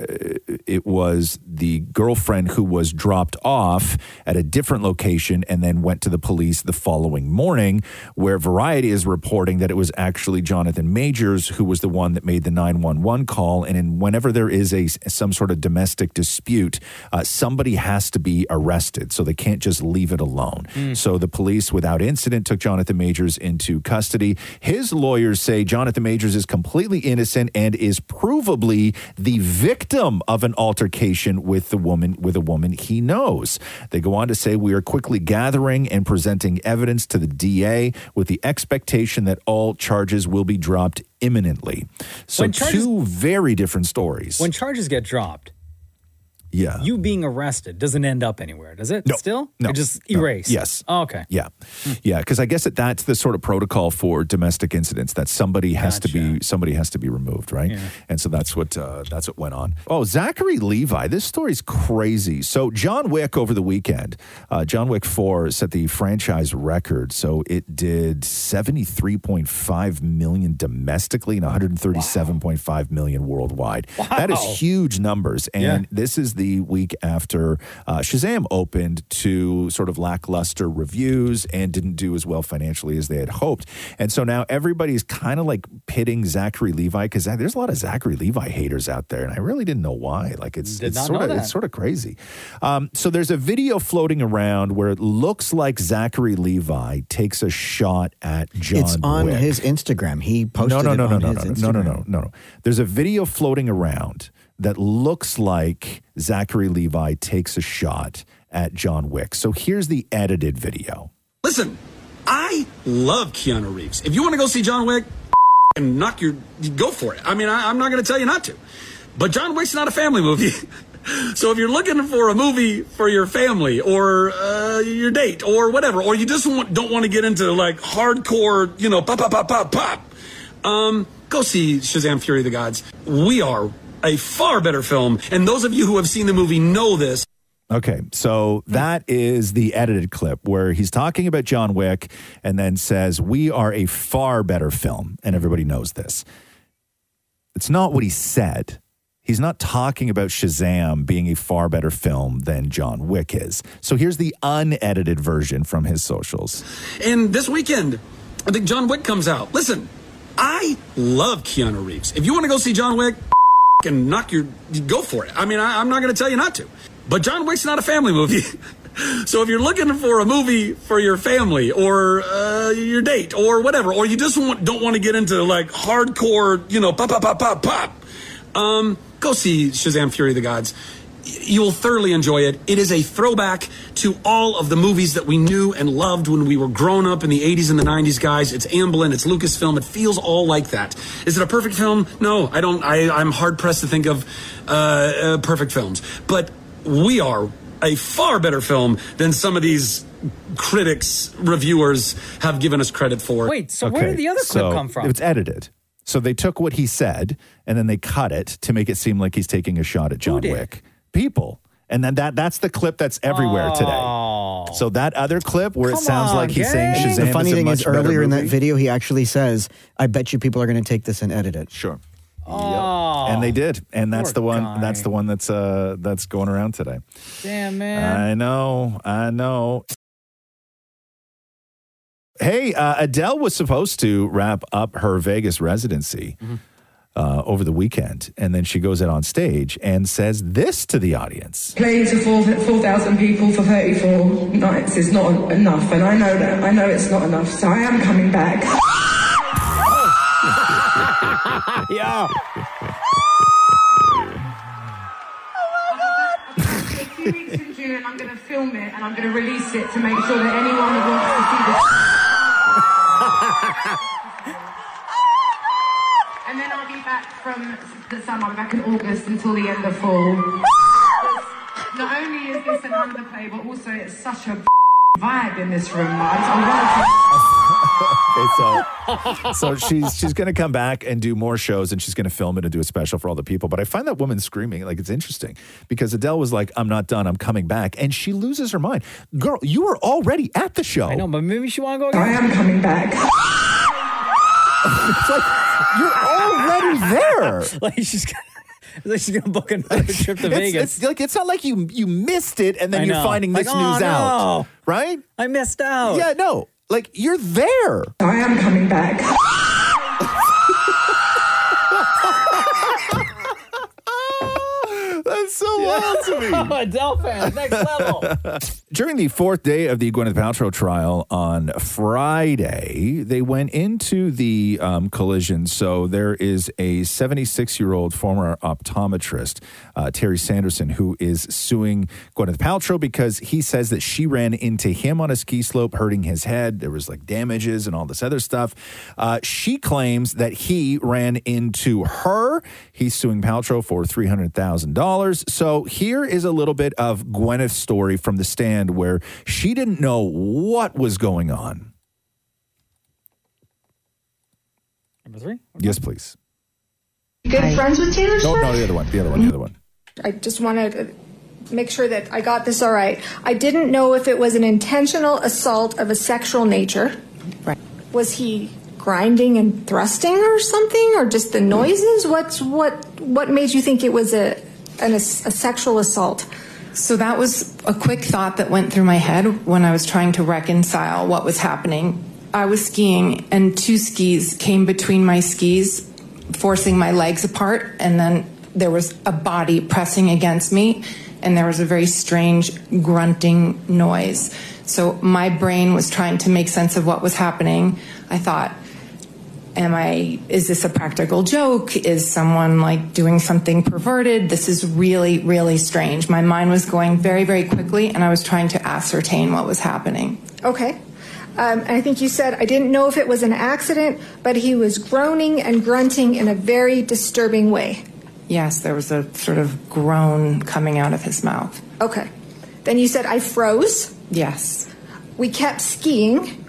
S1: it was the girlfriend who was dropped off at a different location and then went to the police the following morning, where Variety is reporting that it was actually Jonathan Majors who was the one that made the 911 call. And in, whenever there is a some sort of domestic dispute, uh, somebody has to be arrested, so they can't just leave it alone. So the police, without incident, took Jonathan Majors into custody. His lawyers say Jonathan Majors is completely innocent and is provably the victim of an altercation with the woman with a woman he knows. They go on to say we are quickly gathering and presenting evidence to the DA with the expectation that all charges will be dropped imminently. So
S2: When charges-
S1: two very different stories.
S2: When charges get dropped,
S1: yeah.
S2: you being arrested doesn't end up anywhere, does it?
S1: No.
S2: Still?
S1: No.
S2: It just
S1: No.
S2: erased.
S1: Yes.
S2: Oh, okay.
S1: Yeah. Yeah, cuz I guess that that's the sort of protocol for domestic incidents that somebody has to be somebody has to be removed, right? And so that's what uh, that's what went on. Oh, Zachary Levi, this story's crazy. So John Wick over the weekend, uh, John Wick 4 set the franchise record. So it did 73.5 million domestically and 137.5 million worldwide. That is
S16: Wow.
S1: huge numbers and
S16: Yeah.
S1: this is the week after uh, Shazam opened to sort of lackluster reviews and didn't do as well financially as they had hoped. And so now everybody's kind of like pitting Zachary Levi because there's a lot of Zachary Levi haters out there, and I really didn't know why. Like it's
S16: Did
S1: it's
S16: not
S1: sort
S16: know
S1: of
S16: that.
S1: it's sort of crazy. Um, so there's a video floating around where it looks like Zachary Levi takes a shot at John.
S9: it's on
S1: Wick
S9: his Instagram. He posted
S1: no, no,
S9: it
S1: no,
S9: on
S1: no,
S9: his
S1: no,
S9: Instagram.
S1: no, no, no, no, no, no. There's a video floating around that looks like Zachary Levi takes a shot at John Wick. So here's the edited video.
S17: Listen, I love Keanu Reeves. If you want to go see John Wick and knock your, go for it. I mean, I, I'm not going to tell you not to. But John Wick's not a family movie. so if you're looking for a movie for your family or uh, your date or whatever, or you just want, don't want to get into like hardcore, you know, pop, pop, pop, pop, pop, um, go see Shazam Fury of the Gods. We are a far better film. And those of you who have seen the movie know this.
S1: Okay, so that is the edited clip where he's talking about John Wick and then says, We are a far better film, and everybody knows this. It's not what he said. He's not talking about Shazam being a far better film than John Wick is. So here's the unedited version from his socials.
S17: And this weekend, I think John Wick comes out. Listen, I love Keanu Reeves. If you want to go see John Wick and knock your, go for it. I mean, I, I'm not going to tell you not to. But John Wick's not a family movie. so if you're looking for a movie for your family or uh, your date or whatever, or you just want, don't want to get into like hardcore, you know, pop, pop, pop, pop, pop, um, go see Shazam Fury of the Gods. Y- You will thoroughly enjoy it. It is a throwback to all of the movies that we knew and loved when we were grown up in the 80s and the 90s, guys. It's Amblin, it's Lucasfilm, it feels all like that. Is it a perfect film? No, I don't. I, I'm hard pressed to think of uh, uh, perfect films. But we are a far better film than some of these critics, reviewers have given us credit for.
S1: Okay, so It's edited. So they took what he said and then they cut it to make it seem like he's taking a shot at John
S17: did?
S1: Wick. People. And then that that's the clip that's everywhere today. So that other clip where it sounds like he's saying Shazam
S9: The funny
S1: is a
S9: thing
S1: much
S9: is,
S1: better
S9: earlier in that
S1: movie.
S9: video, he actually says, "I bet you people are going to take this and edit it."
S1: Sure. and they did. And that's the one that's the one that's uh that's going around today.
S2: Damn,
S1: I
S2: man.
S1: know. I know. Hey, uh, Adele was supposed to wrap up her Vegas residency
S2: Mm-hmm.
S1: uh, over the weekend, and then she goes out on stage and says this to the audience.
S18: Playing to 4 4,000 people for 34 nights is not enough, and I know that. I know it's not enough, so I am coming back.
S2: Ah,
S1: yeah.
S3: two weeks in June, I'm going to film it and I'm going to release it to make sure that anyone that wants to see this. and then I'll be back from the summer, back in August until the end of fall. Not only is this an underplay, but also it's such a vibe in this room. I just- I love it.
S1: Okay, so so she's she's going to come back and do more shows, and she's going to film it and do a special for all the people. But I find that woman screaming like it's interesting because Adele was like, "I'm not done. I'm coming back," and she loses her mind. Girl, you were already at the show. I know,
S2: but maybe she want to go.
S3: I am coming back.
S1: it's like you're already there.
S2: like she's gonna, like she's gonna book another trip to
S1: It's-
S2: Vegas.
S1: it's like it's not like you you missed it and then
S2: I
S1: you're
S2: know.
S1: finding
S2: Like,
S1: this
S2: "Oh,
S1: news out,
S2: no.
S1: right?
S2: I missed out.
S1: Yeah, no, like you're there.
S3: I am coming back.
S1: That's so
S19: wild to me.
S2: Adele fan, next level.
S1: During the fourth day of the Gwyneth Paltrow trial on Friday, they went into the um, collision. So there is a 76 year old former optometrist, uh, Terry Sanderson, who is suing Gwyneth Paltrow because he says that she ran into him on a ski slope, hurting his head. There was like damages and all this other stuff. Uh, she claims that he ran into her. He's suing Paltrow for $300,000. So here is a little bit of Gwyneth's story from the stand where she didn't know what was going on.
S2: Number three?
S1: Yes, please.
S18: Good friends with Taylor
S1: No,
S18: Swift?
S1: no, the other one, the other one, the other one.
S18: I just want to make sure that I got this all right. I didn't know if it was an intentional assault of a sexual nature. Right. Was he grinding and thrusting or something, or just the noises? What's what? What made you think it was a an, a sexual assault?
S20: So that was a quick thought that went through my head when I was trying to reconcile what was happening. I was skiing, and two skis came between my skis, forcing my legs apart, and then there was a body pressing against me, and there was a very strange grunting noise. So my brain was trying to make sense of what was happening. I thought, am I, is this a practical joke? Is someone like doing something perverted? This is really, really strange. My mind was going very, very quickly and I was trying to ascertain what was happening.
S18: Okay. Um, and I think you said I didn't know if it was an accident, but he was groaning and grunting in a very disturbing way.
S20: Yes, there was a sort of groan coming out of his mouth.
S18: Okay. Then you said I froze.
S20: Yes,
S18: We kept skiing.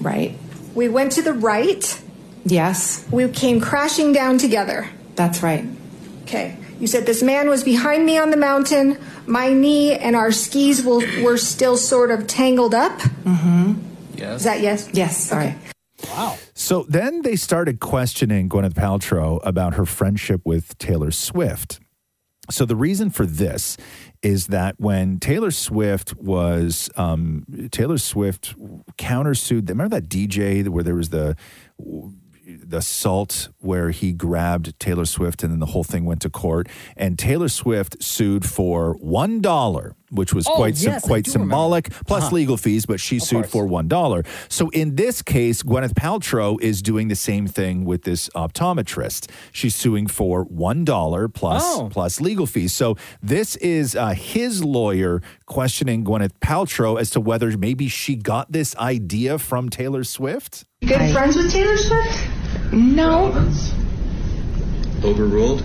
S20: right.
S18: We went to the right.
S20: Yes,
S18: We came crashing down together.
S20: that's right.
S18: Okay. You said this man was behind me on the mountain. My knee and our skis will, were still sort of tangled up.
S20: Mm-hmm.
S18: Is that yes?
S20: Yes, sorry.
S1: So then they started questioning Gwyneth Paltrow about her friendship with Taylor Swift. So the reason for this is that when Taylor Swift was um, Taylor Swift countersued. Remember that DJ where there was the the salt where he grabbed Taylor Swift and then the whole thing went to court and Taylor Swift sued for one dollar which was
S18: Oh,
S1: quite sym-
S18: yes, I
S1: quite
S18: do remember.
S1: symbolic plus
S18: Uh-huh.
S1: legal fees but she sued for one dollar so in this case Gwyneth Paltrow is doing the same thing with this optometrist she's suing for one dollar plus
S18: Oh.
S1: plus legal fees so this is uh, his lawyer questioning Gwyneth Paltrow as to whether maybe she got this idea from Taylor Swift
S18: Good friends with Taylor Swift?
S20: No.
S18: Overruled.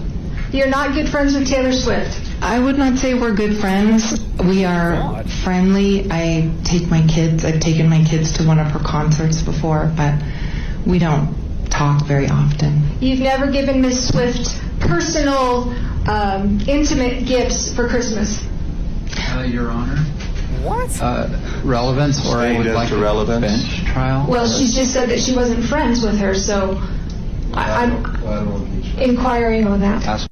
S18: You're not good friends with Taylor Swift.
S20: I would not say we're good friends. We are friendly. I take my kids, I've taken my kids to one of her concerts before, but we don't talk very often.
S18: You've never given Miss Swift personal, um, intimate gifts for Christmas.
S21: Uh, Your Honor.
S18: What?
S21: Uh, relevance, or I would like to bench trial.
S18: Well, she's just said that she wasn't friends with her, so I, I'm inquiring on that.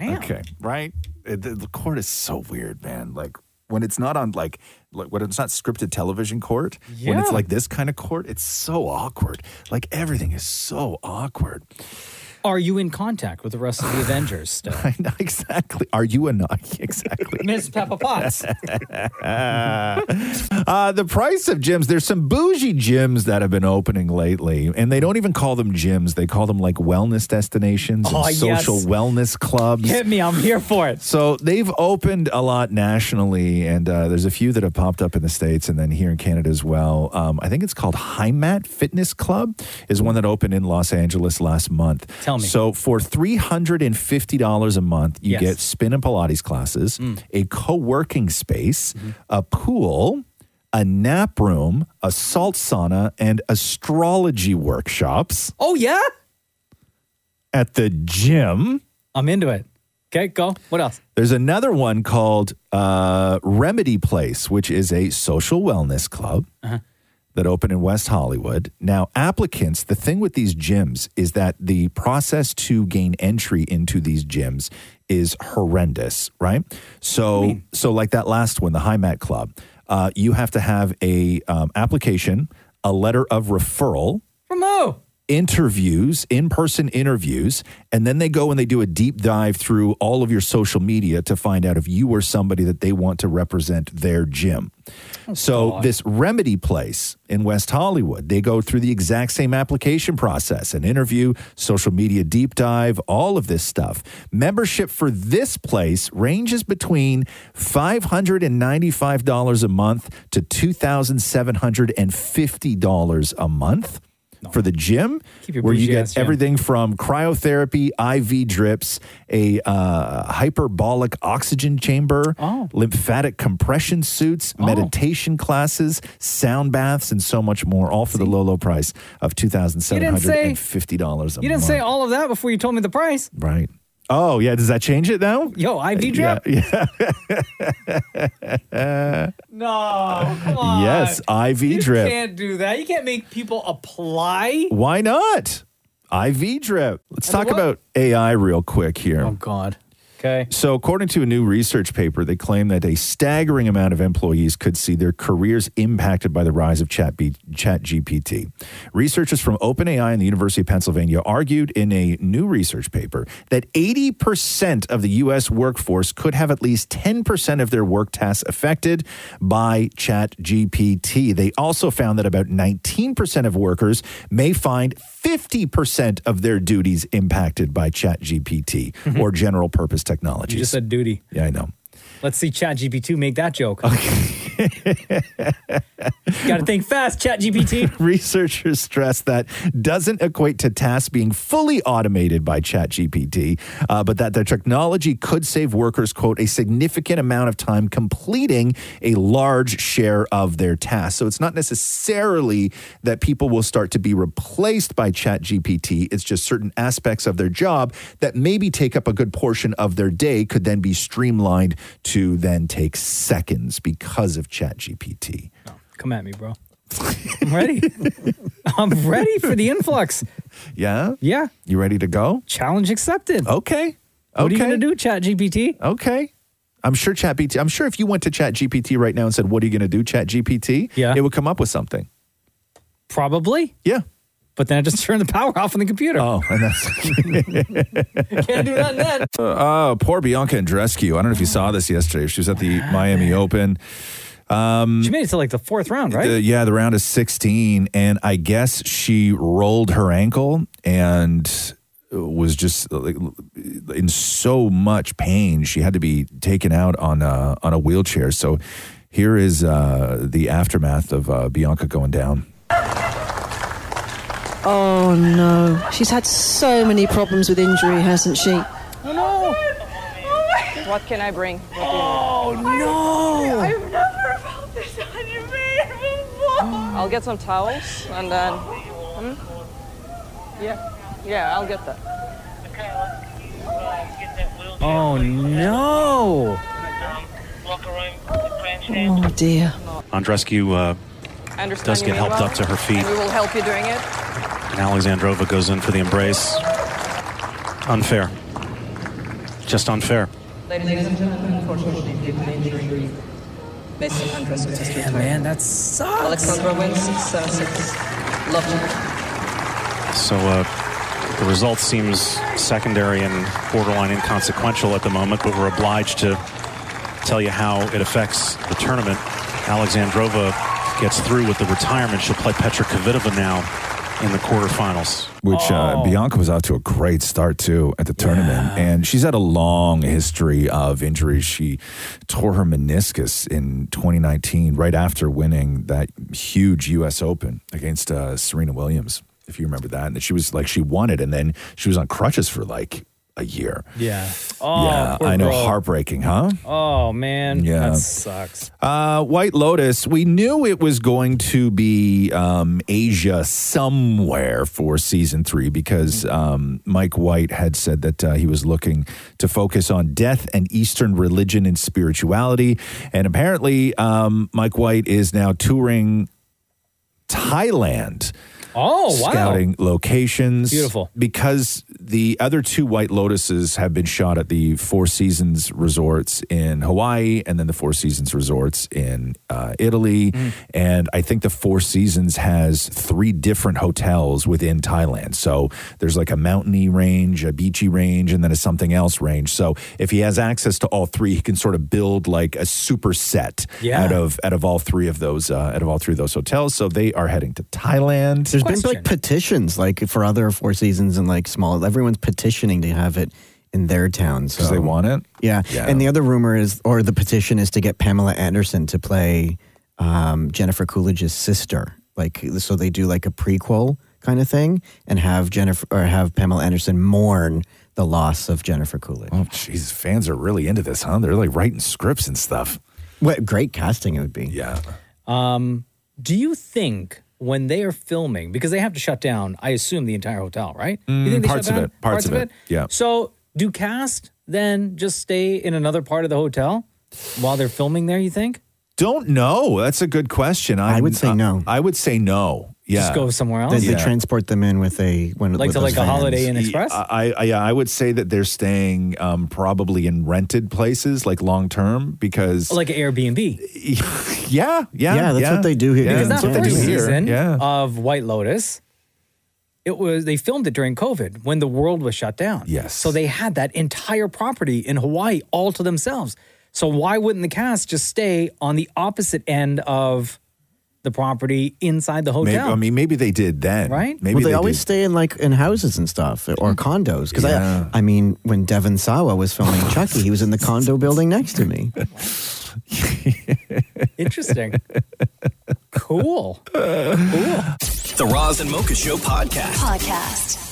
S1: Okay, right? Uh, The, the court is so weird, man. Like when it's not on like like when it's not scripted television court, when it's
S22: Yeah.
S1: like this kind of court, it's so awkward. Like everything is so awkward.
S2: Are you in contact with the rest of the Avengers still?
S1: I know, exactly. Are you a nut? Exactly.
S2: Miss Peppa Potts.
S1: uh, the price of gyms, there's some bougie gyms that have been opening lately, and they don't even call them gyms. They call them like wellness destinations
S2: Oh,
S1: and
S2: yes.
S1: social wellness clubs.
S2: Hit me. I'm here for it.
S1: So they've opened a lot nationally, and uh, there's a few that have popped up in the states, and then here in Canada as well. Um, I think it's called Heimat Fitness Club is one that opened in Los Angeles last month.
S2: Tell me.
S1: So for three hundred and fifty dollars a month, you
S2: Yes. Mm.
S1: get spin and Pilates classes, a co-working space, a pool. A nap room, a salt sauna, and astrology workshops
S2: Oh, yeah?
S1: at the gym.
S2: I'm into it. Okay, go. What else?
S1: There's another one called uh, Remedy Place, which is a social wellness club
S2: Uh-huh.
S1: that opened in West Hollywood. Now, applicants, the thing with these gyms is that the process to gain entry into these gyms is horrendous, right? So, so like that last one, the HIMAT Club, uh, you have to have a um, application, a letter of referral,
S2: From who?
S1: interviews, in person interviews, and then they go and they do a deep dive through all of your social media to find out if you are somebody that they want to represent their gym.
S2: Oh,
S1: so, this remedy place in West Hollywood, they go through the exact same application process an interview, social media deep dive, all of this stuff. Membership for this place ranges between $595 a month to $2,750 a month for the gym,
S2: Keep your
S1: where you
S2: bougie
S1: get
S2: ass gym.
S1: everything from cryotherapy, IV drips, a uh, hyperbolic oxygen chamber,
S2: Oh.
S1: lymphatic compression suits, meditation classes, sound baths, and so much more, all for the low, low price of $2,750
S2: You didn't say-
S1: a
S2: You didn't
S1: month.
S2: say all of that before you told me the price.
S1: right. Oh, yeah. Does that change it now?
S2: Yo, IV drip?
S1: Yeah. yeah.
S2: No, come on.
S1: Yes, IV
S2: you
S1: drip.
S2: can't do that. You can't make people apply.
S1: Why not? IV drip. Let's
S2: And the
S1: talk
S2: what?
S1: about AI real quick here. Oh,
S2: God. Okay.
S1: So, according to a new research paper, they claim that a staggering amount of employees could see their careers impacted by the rise of Chat, B- Chat GPT. Researchers from OpenAI and the University of Pennsylvania argued in a new research paper that 80% of the U.S. workforce could have at least 10% of their work tasks affected by Chat GPT. They also found that about 19% of workers may find 50% of their duties impacted by Chat GPT or general purpose technologies.
S2: Mm-hmm. You just said duty.
S1: yeah, I know.
S2: Let's see ChatGPT make that joke. Got to think fast, ChatGPT.
S1: Researchers stress that doesn't equate to tasks being fully automated by ChatGPT, uh, but that the technology could save workers, quote, a significant amount of time completing a large share of their tasks. So it's not necessarily that people will start to be replaced by ChatGPT. It's just certain aspects of their job that maybe take up a good portion of their day could then be streamlined to then take seconds because of ChatGPT.
S2: Come at me, bro. I'm ready. I'm ready for the influx.
S1: Yeah?
S2: Yeah.
S1: You ready to go?
S2: Challenge accepted.
S1: Okay.
S2: What are you
S1: Okay.
S2: going to do, ChatGPT?
S1: Okay. I'm sure ChatGPT. I'm sure if you went to ChatGPT right now and said, "What are you going to do, ChatGPT?" Yeah, it would come up with something.
S2: Probably.
S1: Yeah.
S2: But then I just turn the power off on the computer.
S1: Oh, and that's
S2: can't do that then.
S1: Uh, oh, poor Bianca Andreescu. I don't know if you saw this yesterday. She was at the Miami Open. Um,
S2: Ah, She made it to like the fourth round, right?
S1: the- yeah, the round is 16, and I guess she rolled her ankle and was just like, in so much pain. She had to be taken out on a, on a wheelchair. So here is uh, the aftermath of uh, Bianca going down.
S23: Oh no. She's had so many problems with injury, hasn't she?
S3: Oh no! What can I bring? Oh
S23: no.
S3: I've never felt this unfair before.
S6: Oh.
S3: I'll get some towels and then. hmm? Yeah, yeah, I'll get that.
S2: Oh no.
S23: Oh dear.
S16: Andrescu uh,
S3: I understand.
S16: Does
S3: you
S16: get
S3: mean
S16: helped
S3: well,
S16: up to her feet.
S3: and we will help you doing it.
S16: and Alexandrova goes in for the embrace. Unfair. Just unfair.
S3: Ladies and gentlemen, unfortunately, due to injury, Missy Andrescu has retired.
S2: man, that sucks.
S3: Alexandra wins 6 7 6. Love you.
S16: So uh, The result seems secondary and borderline inconsequential at the moment, but we're obliged to tell you how it affects the tournament. Alexandrova gets through with the retirement. She'll play Petra Kvitova now in the quarterfinals.
S1: which
S2: Oh.
S1: uh, Bianca was out to a great start too at the tournament, and she's had a long history of injuries. She tore her meniscus in 2019, right after winning that huge U.S. Open against uh, Serena Williams, if you remember that. And she was like, she won it, and then she was on crutches for like a year.
S2: Yeah. Oh,
S1: yeah,
S2: poor
S1: I know,
S2: girl.
S1: heartbreaking, huh?
S2: Oh man,
S1: Yeah.
S2: that sucks.
S1: Uh, White Lotus, we knew it was going to be um, Asia somewhere for season three because um, Mike White had said that uh, he was looking to focus on death and Eastern religion and spirituality. And apparently, um, Mike White is now touring Thailand.
S2: Oh, wow.
S1: Scouting locations.
S2: Beautiful.
S1: Because the other two White Lotuses have been shot at the Four Seasons resorts in Hawaii and then the Four Seasons resorts in uh, Italy.
S2: Mm.
S1: And I think the Four Seasons has three different hotels within Thailand. So there's like a mountainy range, a beachy range, and then a something else range. So if he has access to all three, he can sort of build like a super set
S2: Yeah.
S1: out of out of all three of those uh, out of all three of those hotels. So they are heading to Thailand.
S9: There's been like petitions, like for other Four Seasons and like small. Everyone's petitioning to have it in their town because
S1: they want it.
S9: Yeah.
S1: Yeah.
S9: and the other rumor is, or the petition is to get Pamela Anderson to play um, Jennifer Coolidge's sister. Like, so they do like a prequel kind of thing, and have Jennifer or have Pamela Anderson mourn the loss of Jennifer Coolidge.
S1: Oh, jeez, fans are really into this, huh? They're like writing scripts and stuff.
S9: What great casting it would be.
S1: Yeah.
S2: Um, do you think when they are filming because they have to shut down? I assume the entire hotel, right?
S1: Mm,
S2: you think they
S1: parts
S2: shut
S1: of
S2: down
S1: it. Parts of it. Yeah.
S2: So do cast then just stay in another part of the hotel while they're filming there? You think?
S1: Don't know. That's a good question. i
S9: would say no.
S1: I would say no. Yeah.
S2: Just go somewhere else?
S9: They, they
S1: Yeah.
S9: transport them in with a when
S2: Like
S9: with
S2: to,
S9: those
S2: like, a Holiday
S9: vans.
S2: Inn Express?
S1: Yeah, I, I yeah, I would say that they're staying um, probably in rented places, like long term, because
S2: Like an Airbnb.
S1: yeah, yeah,
S9: Yeah, that's what they do here.
S1: Yeah,
S2: because
S1: that's
S2: that
S1: what they
S2: first
S1: do here.
S2: season
S1: Yeah.
S2: of White Lotus, it was they filmed it during COVID when the world was shut down.
S1: Yes.
S2: So they had that entire property in Hawaii all to themselves. So why wouldn't the cast just stay on the opposite end of the property inside the
S1: Maybe,
S2: hotel?
S1: I mean, maybe they did then,
S2: Right?
S1: Maybe
S9: well, they,
S1: they,
S9: always
S1: did.
S9: stay in like in houses and stuff or condos. Because
S1: Yeah.
S9: I, I mean, when Devin Sawa was filming Chucky, he was in the condo building next to me.
S2: Interesting. cool.
S5: The Roz and Mocha Show podcast.
S4: Podcast.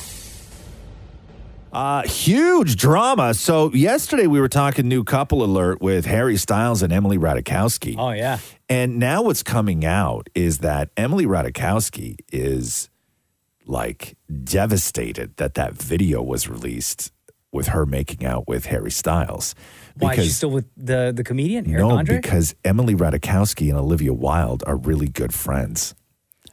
S1: Uh, huge drama. So yesterday we were talking new couple alert with Harry Styles and Emily Ratajkowski.
S2: Oh yeah.
S1: And now what's coming out is that Emily Ratajkowski is like devastated that that video was released with her making out with Harry Styles.
S2: Why she's still with the the comedian Eric
S1: no,
S2: Andre?
S1: because Emily Ratajkowski and Olivia Wilde are really good friends.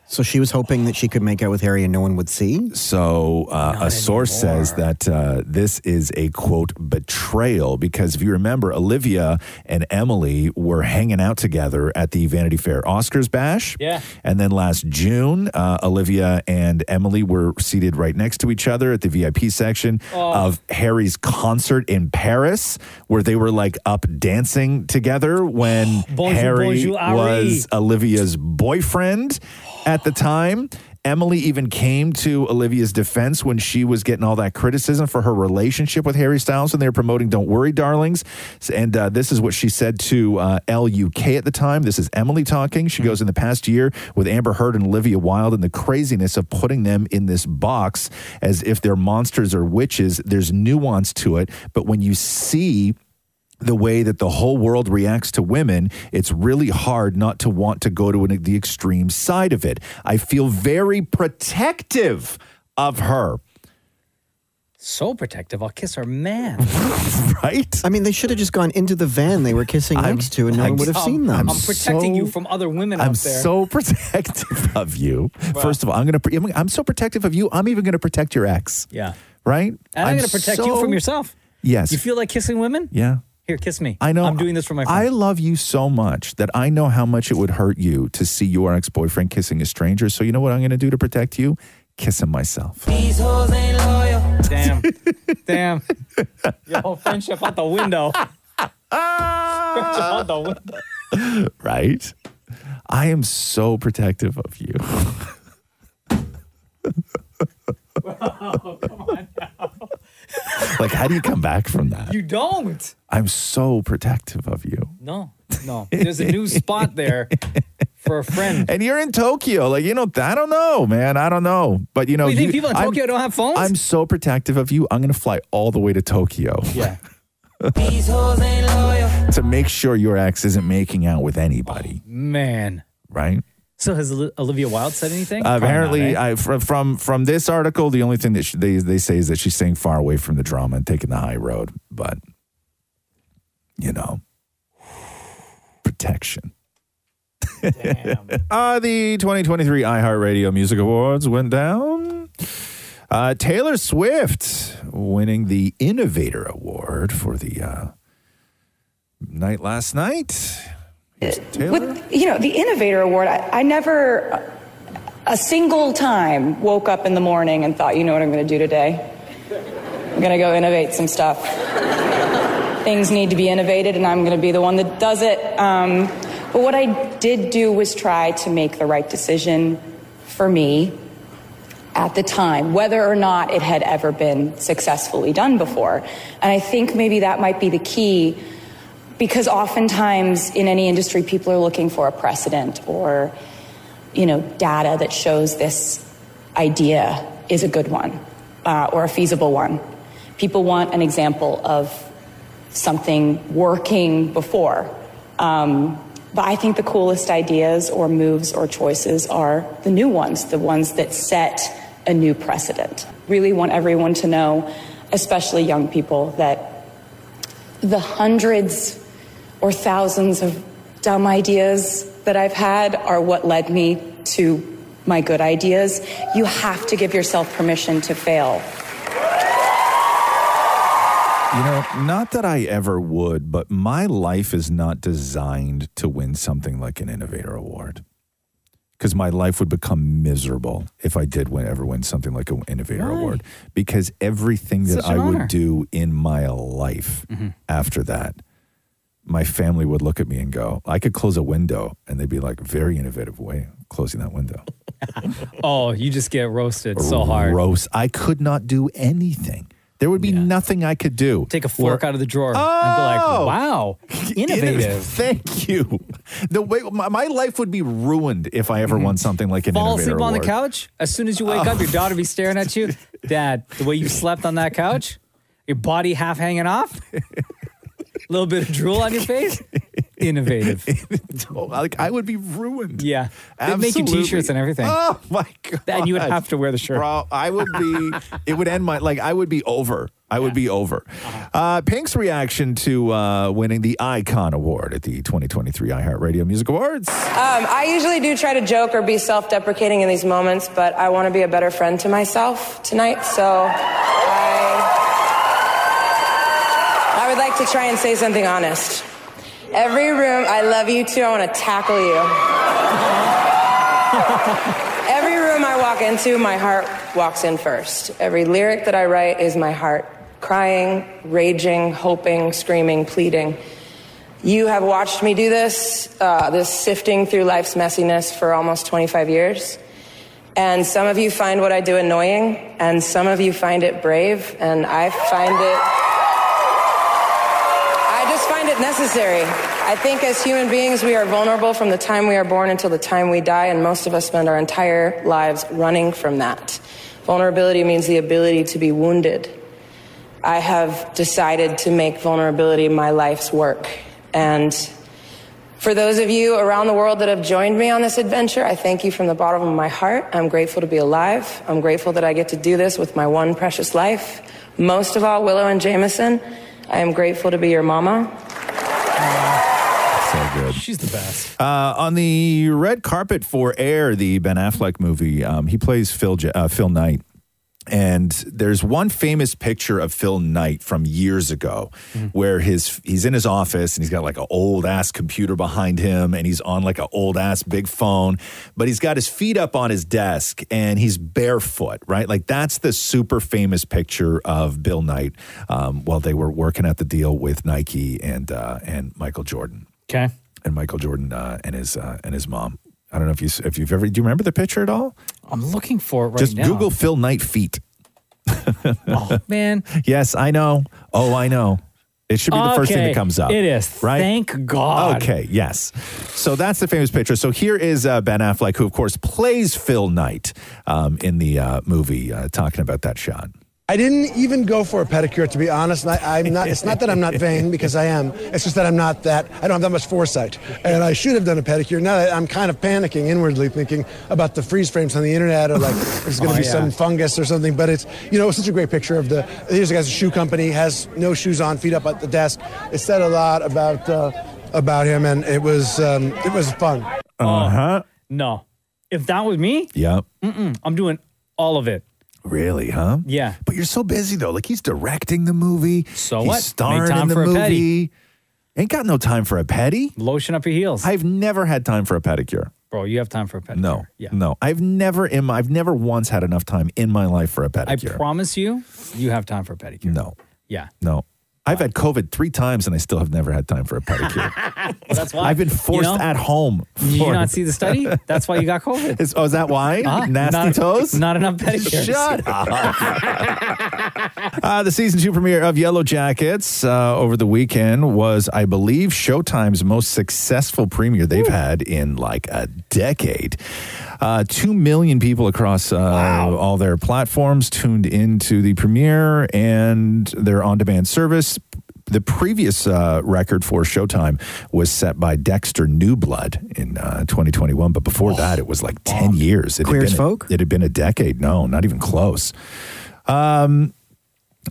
S9: So she was hoping that she could make out with Harry and no one would see.
S1: So uh, a source says that uh, this is a quote betrayal because if you remember, Olivia and Emily were hanging out together at the Vanity Fair Oscars bash.
S2: Yeah.
S1: And then last June, uh, Olivia and Emily were seated right next to each other at the VIP section
S2: Oh.
S1: of Harry's concert in Paris, where they were like up dancing together when
S2: Bonjour,
S1: Harry
S2: bonjour, Harry.
S1: was Olivia's boyfriend at the time. Emily even came to Olivia's defense when she was getting all that criticism for her relationship with Harry Styles when they were promoting Don't Worry, Darlings. S- And uh, this is what she said to uh, LUK at the time. This is Emily talking.
S2: Hmm.
S1: She goes, In the past year with Amber Heard and Olivia Wilde and the craziness of putting them in this box as if they're monsters or witches, there's nuance to it. But when you see the way that the whole world reacts to women, it's really hard not to want to go to an, the extreme side of it. I feel very protective of her.
S2: so protective. I'll kiss her man.
S1: right?
S9: I mean, they should have just gone into the van they were kissing next to, and no
S1: I'm-
S9: one would have seen them.
S2: I'm, protecting you from other women
S1: I'm
S2: out there.
S1: so protective of you. First of all, I'm gonna. pre- I'm- I'm so protective of you. I'm even gonna protect your ex.
S2: yeah.
S1: Right?
S2: And I'm, going to protect you
S1: so-
S2: from yourself.
S1: Yes.
S2: You feel like kissing women?
S1: Yeah.
S2: Here, kiss me.
S1: I know.
S2: I'm doing this for my
S1: I
S2: friends.
S1: love you so much that I know how much it would hurt you to see your ex boyfriend kissing a stranger. So you know what I'm gonna do to protect you? Kiss him myself.
S24: These hoes ain't loyal.
S2: Damn. Damn. Your whole friendship out the window. friendship out the window.
S1: right? I am so protective of you. like, how do you come back from that?
S2: You don't.
S1: I'm so protective of you.
S2: No, no. There's a new spot there for a friend.
S1: And you're in Tokyo. Like, you know, I don't know, man. I don't know. But, you know,
S2: What, you think people in
S1: I'm-
S2: Tokyo don't have phones?
S1: I'm so protective of you. I'm going to fly all the way to Tokyo.
S2: Yeah.
S1: These hoes ain't loyal. To make sure your ex isn't making out with anybody,
S2: Man.
S1: right?
S2: So has Oli- Olivia Wilde said anything? Probably
S1: Uh, apparently,
S2: not, eh?
S1: I, fr- from from this article, the only thing that she, they they say is that she's staying far away from the drama and taking the high road. But you know, protection. uh, the 2023 iHeartRadio Music Awards went down. Uh, Taylor Swift winning the Innovator Award for the uh, night last night. Here's Taylor.
S7: With, you know, the Innovator Award, I, I never uh, a single time woke up in the morning and thought, you know what I'm going to do today? I'm going to go innovate some stuff. Things need to be innovated, and I'm going to be the one that does it. Um, but what I did do was try to make the right decision for me at the time, whether or not it had ever been successfully done before. And I think maybe that might be the key because oftentimes in any industry people are looking for a precedent or you know data that shows this idea is a good one uh, or a feasible one people want an example of something working before um, but i think the coolest ideas or moves or choices are the new ones the ones that set a new precedent really want everyone to know especially young people that the hundreds or thousands of dumb ideas that I've had are what led me to my good ideas. You have to give yourself permission to fail.
S1: You know, not that I ever would, but my life is not designed to win something like an innovator award. Because my life would become miserable if I did win, ever win something like an innovator
S8: Why?
S1: award. Because everything that
S8: Such
S1: I
S8: an honor. Mm-hmm.
S1: would do in my life after that, my family would look at me and go, I could close a window. And they'd be like, very innovative way of closing that window.
S2: Oh, you just get roasted so hard.
S1: Gross. I could not do anything. There would be nothing I could do.
S2: Take a fork out of the drawer and be
S1: Oh!
S2: like, wow,
S1: Innovative.
S2: innovative.
S1: Thank you. The way my, my life would be ruined if I ever won something like an
S2: Mm-hmm. Fall
S1: innovator
S2: asleep on the
S1: award.
S2: couch. As soon as you wake up, your daughter be staring at you. Dad, the way you slept on that couch, your body half hanging off, a little bit of drool on your face. Innovative.
S1: Oh, like I would be ruined.
S2: Yeah. They'd make you
S1: Absolutely.
S2: t-shirts and everything.
S1: Oh my god!
S2: And you would have to wear the shirt.
S1: Bro, I would be. it would end my like. I would be over. I would be over.
S2: Uh-huh.
S1: Uh, Pink's reaction to uh, winning the Icon Award at the 2023 iHeartRadio Music Awards.
S6: Um, I usually do try to joke or be self deprecating in these moments, but I want to be a better friend to myself tonight, so I, I would like to try and say something honest. Every room, I love you too, I want to tackle you. Every room I walk into, my heart walks in first. Every lyric that I write is my heart crying, raging, hoping, screaming, pleading. You have watched me do this, uh, this sifting through life's messiness for almost 25 years. And some of you find what I do annoying, and some of you find it brave, and I find it. I just find it necessary. I think as human beings, we are vulnerable from the time we are born until the time we die, and most of us spend our entire lives running from that. Vulnerability means the ability to be wounded. I have decided to make vulnerability my life's work. And for those of you around the world that have joined me on this adventure, I thank you from the bottom of my heart. I'm grateful to be alive. I'm grateful that I get to do this with my one precious life. Most of all, Willow and Jameson, I am grateful to be your mama.
S1: So good.
S2: She's the best.
S1: Uh, on the red carpet for Air, the Ben Affleck movie, um, he plays Phil J- uh, Phil Knight, And there's one famous picture of Phil Knight from years ago where his he's in his office and he's got like an old ass computer behind him and he's on like an old ass big phone, but he's got his feet up on his desk and he's barefoot, right? Like that's the super famous picture of Bill Knight um, while they were working out the deal with Nike and uh, and Michael Jordan.
S2: Okay.
S1: And Michael Jordan uh, and his uh, and his mom. I don't know if you if you've ever do you remember the picture at all?
S2: I'm looking for it right
S1: Just
S2: now. Oh,
S1: Google Phil Knight feet.
S2: man.
S1: Yes, I know. Oh, I know. It should be the first thing
S2: Okay,
S1: that comes up.
S2: it is.
S1: Right?
S2: Thank God.
S1: Okay, yes. So that's the famous picture. So here is uh, Ben Affleck, who, of course, plays Phil Knight um, in the uh, movie, uh, talking about that shot.
S8: I didn't even go for a pedicure, to be honest. And I, I'm not. It's not that I'm not vain because I am. It's just that I'm not that. I don't have that much foresight, and I should have done a pedicure. Now that I'm kind of panicking inwardly, thinking about the freeze frames on the internet, or like there's going to
S25: Oh,
S8: be
S25: yeah.
S8: some fungus or something. But it's you know it's such a great picture of the here's a guy's a shoe company has no shoes on, feet up at the desk. It said a lot about uh, about him, and it was um, it was fun.
S1: Uh huh.
S2: Oh, No. If that was me,
S1: Yep.
S2: mm-mm, I'm doing all of it.
S1: Really, huh?
S2: Yeah.
S1: But you're so busy, though. Like, he's directing the movie.
S2: So
S1: he's
S2: what? Make
S1: starring
S2: time
S1: in the
S2: for a
S1: movie.
S2: petty.
S1: Ain't got no time for a petty.
S2: Lotion up your heels.
S1: I've never had time for a pedicure.
S2: Bro, you have time for a pet.
S1: No, no. I've never in my, I've never once had enough time in my life for a
S2: I
S1: pedicure.
S2: promise you, you have time for a pedicure.
S1: No.
S2: Yeah.
S1: No. I've had COVID three times and I still have never had time for a pedicure.
S2: That's why
S1: I've been
S2: you
S1: forced
S2: know?
S1: at home.
S2: Did you
S1: for-
S2: not see the study? That's why you got COVID.
S1: Is- oh, is that why?
S2: Huh?
S1: Nasty
S2: Uh-huh. Not-
S1: toes?
S2: Not enough pedicures.
S1: Shut Uh, the season two premiere of Yellow Jackets uh, over the weekend was, I believe, Showtime's most successful premiere they've had in like a decade. Uh, two million people across uh, all their platforms tuned into the premiere and their on demand service. The previous uh, record for Showtime was set by Dexter New Blood in uh, 2021, but before that, it was like 10 years. It
S9: Oh, Queer
S1: had
S9: as
S1: been a- it had been a decade. No, not even close. Um,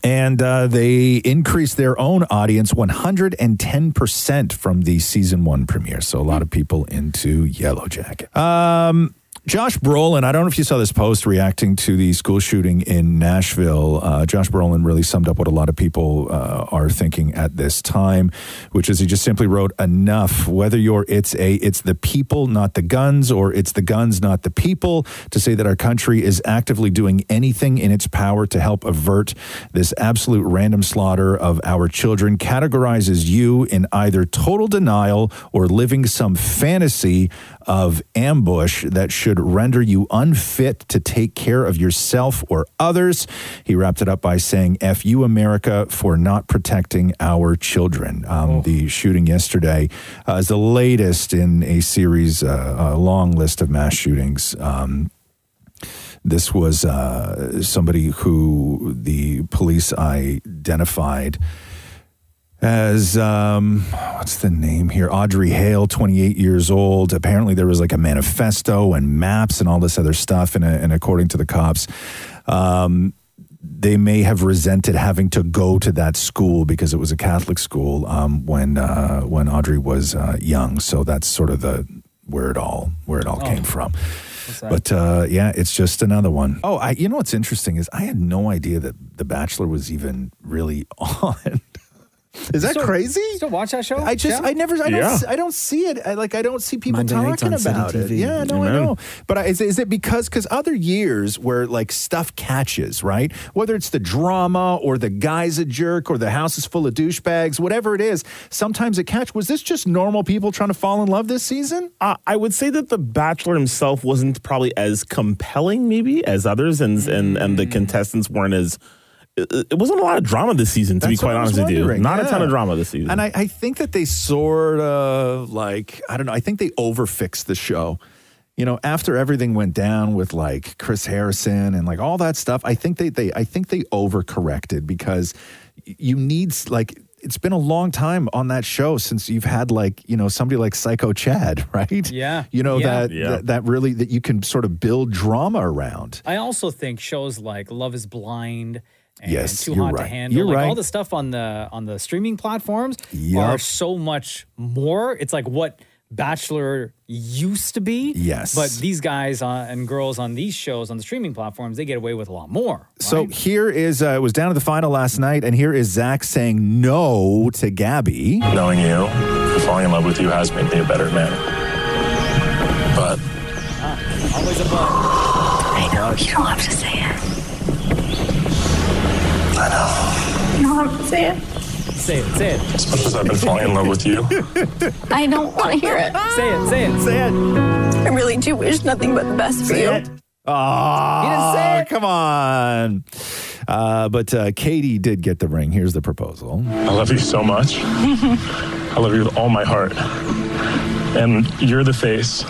S1: and uh, they increased their own audience 110% from the season one premiere. So a lot of people into Yellow Jacket. Um, Josh Brolin, I don't know if you saw this post reacting to the school shooting in Nashville. Uh, Josh Brolin really summed up what a lot of people uh, are thinking at this time, which is he just simply wrote, "Enough. Whether you're it's a it's the people, not the guns, or it's the guns, not the people." To say that our country is actively doing anything in its power to help avert this absolute random slaughter of our children categorizes you in either total denial or living some fantasy of ambush that should render you unfit to take care of yourself or others. He wrapped it up by saying, F you, America, for not protecting our children. Um, The shooting yesterday uh, is the latest in a series, uh, a long list of mass shootings. Um, this was uh, somebody who the police identified as um, what's the name here? Audrey Hale, 28 years old. Apparently, there was like a manifesto and maps and all this other stuff. And, uh, and according to the cops, um, they may have resented having to go to that school because it was a Catholic school um, when uh, when Audrey was uh, young. So that's sort of the where it all where it all came from. But uh, yeah, it's just another one. Oh, I, you know what's interesting is I had no idea that The Bachelor was even really on. Is that crazy?
S2: Still watch that show?
S1: I just I never I don't
S2: Yeah.
S1: s- I don't see it. I, like I don't see people
S9: Monday nights
S1: talking
S9: on City
S1: about it.
S9: TV.
S1: Yeah, no, I
S9: Amen.
S1: know. But I, is, is it because because other years where like stuff catches right, whether it's the drama or the guy's a jerk or the house is full of douchebags, whatever it is, sometimes it catch. Was this just normal people trying to fall in love this season?
S10: Uh, I would say that The Bachelor himself wasn't probably as compelling, maybe, as others, and and, and
S1: Mm.
S10: the contestants weren't as. It it wasn't a lot of drama this season, to be
S1: That's what
S10: quite
S1: I was
S10: honest with you.
S1: wondering,
S10: Not a
S1: yeah.
S10: ton of drama this season.
S1: And I, I think that they sort of like, I don't know, I think they overfixed the show. You know, after everything went down with like Chris Harrison and like all that stuff, I think they they I think they overcorrected because y- you need s- like it's been a long time on that show since you've had like, you know, somebody like Psycho Chad, right?
S2: Yeah.
S1: You know
S2: Yeah.
S1: That,
S2: Yeah.
S1: that that really that you can sort of build drama around.
S2: I also think shows like Love is Blind and
S1: Yes,
S2: Too
S1: you're
S2: Hot
S1: right.
S2: to Handle,
S1: You're
S2: like all
S1: right.
S2: the stuff on the on the streaming platforms
S1: Yup.
S2: are so much more. It's like what Bachelor used to be.
S1: Yes.
S2: But these guys on, and girls on these shows on the streaming platforms, they get away with a lot more.
S1: So here is, uh, it was down to the final last night, and here is Zach saying no to Gabby.
S16: Knowing you, falling in love with you has made me a better man. But
S2: Always above.
S16: I know
S3: You don't have to say it. I know. You don't have to say it.
S2: Say it, say it.
S16: as much as I've been falling in love with you,
S3: I don't want to hear it.
S2: Say it, say it, say it.
S3: I really do wish nothing but the best for you.
S1: Oh,
S3: He didn't say
S1: come on. Uh, but uh, Katie did get the ring. Here's the proposal.
S16: I love you so much. I love you with all my heart. And you're the face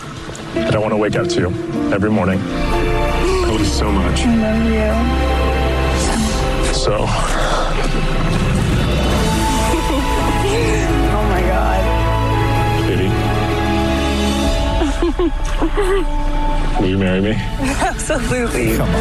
S16: that I want to wake up to every morning. I love you so much.
S3: I
S16: So,
S3: love you. oh my
S16: baby,
S3: god.
S16: will you marry me?
S3: Absolutely. Come on.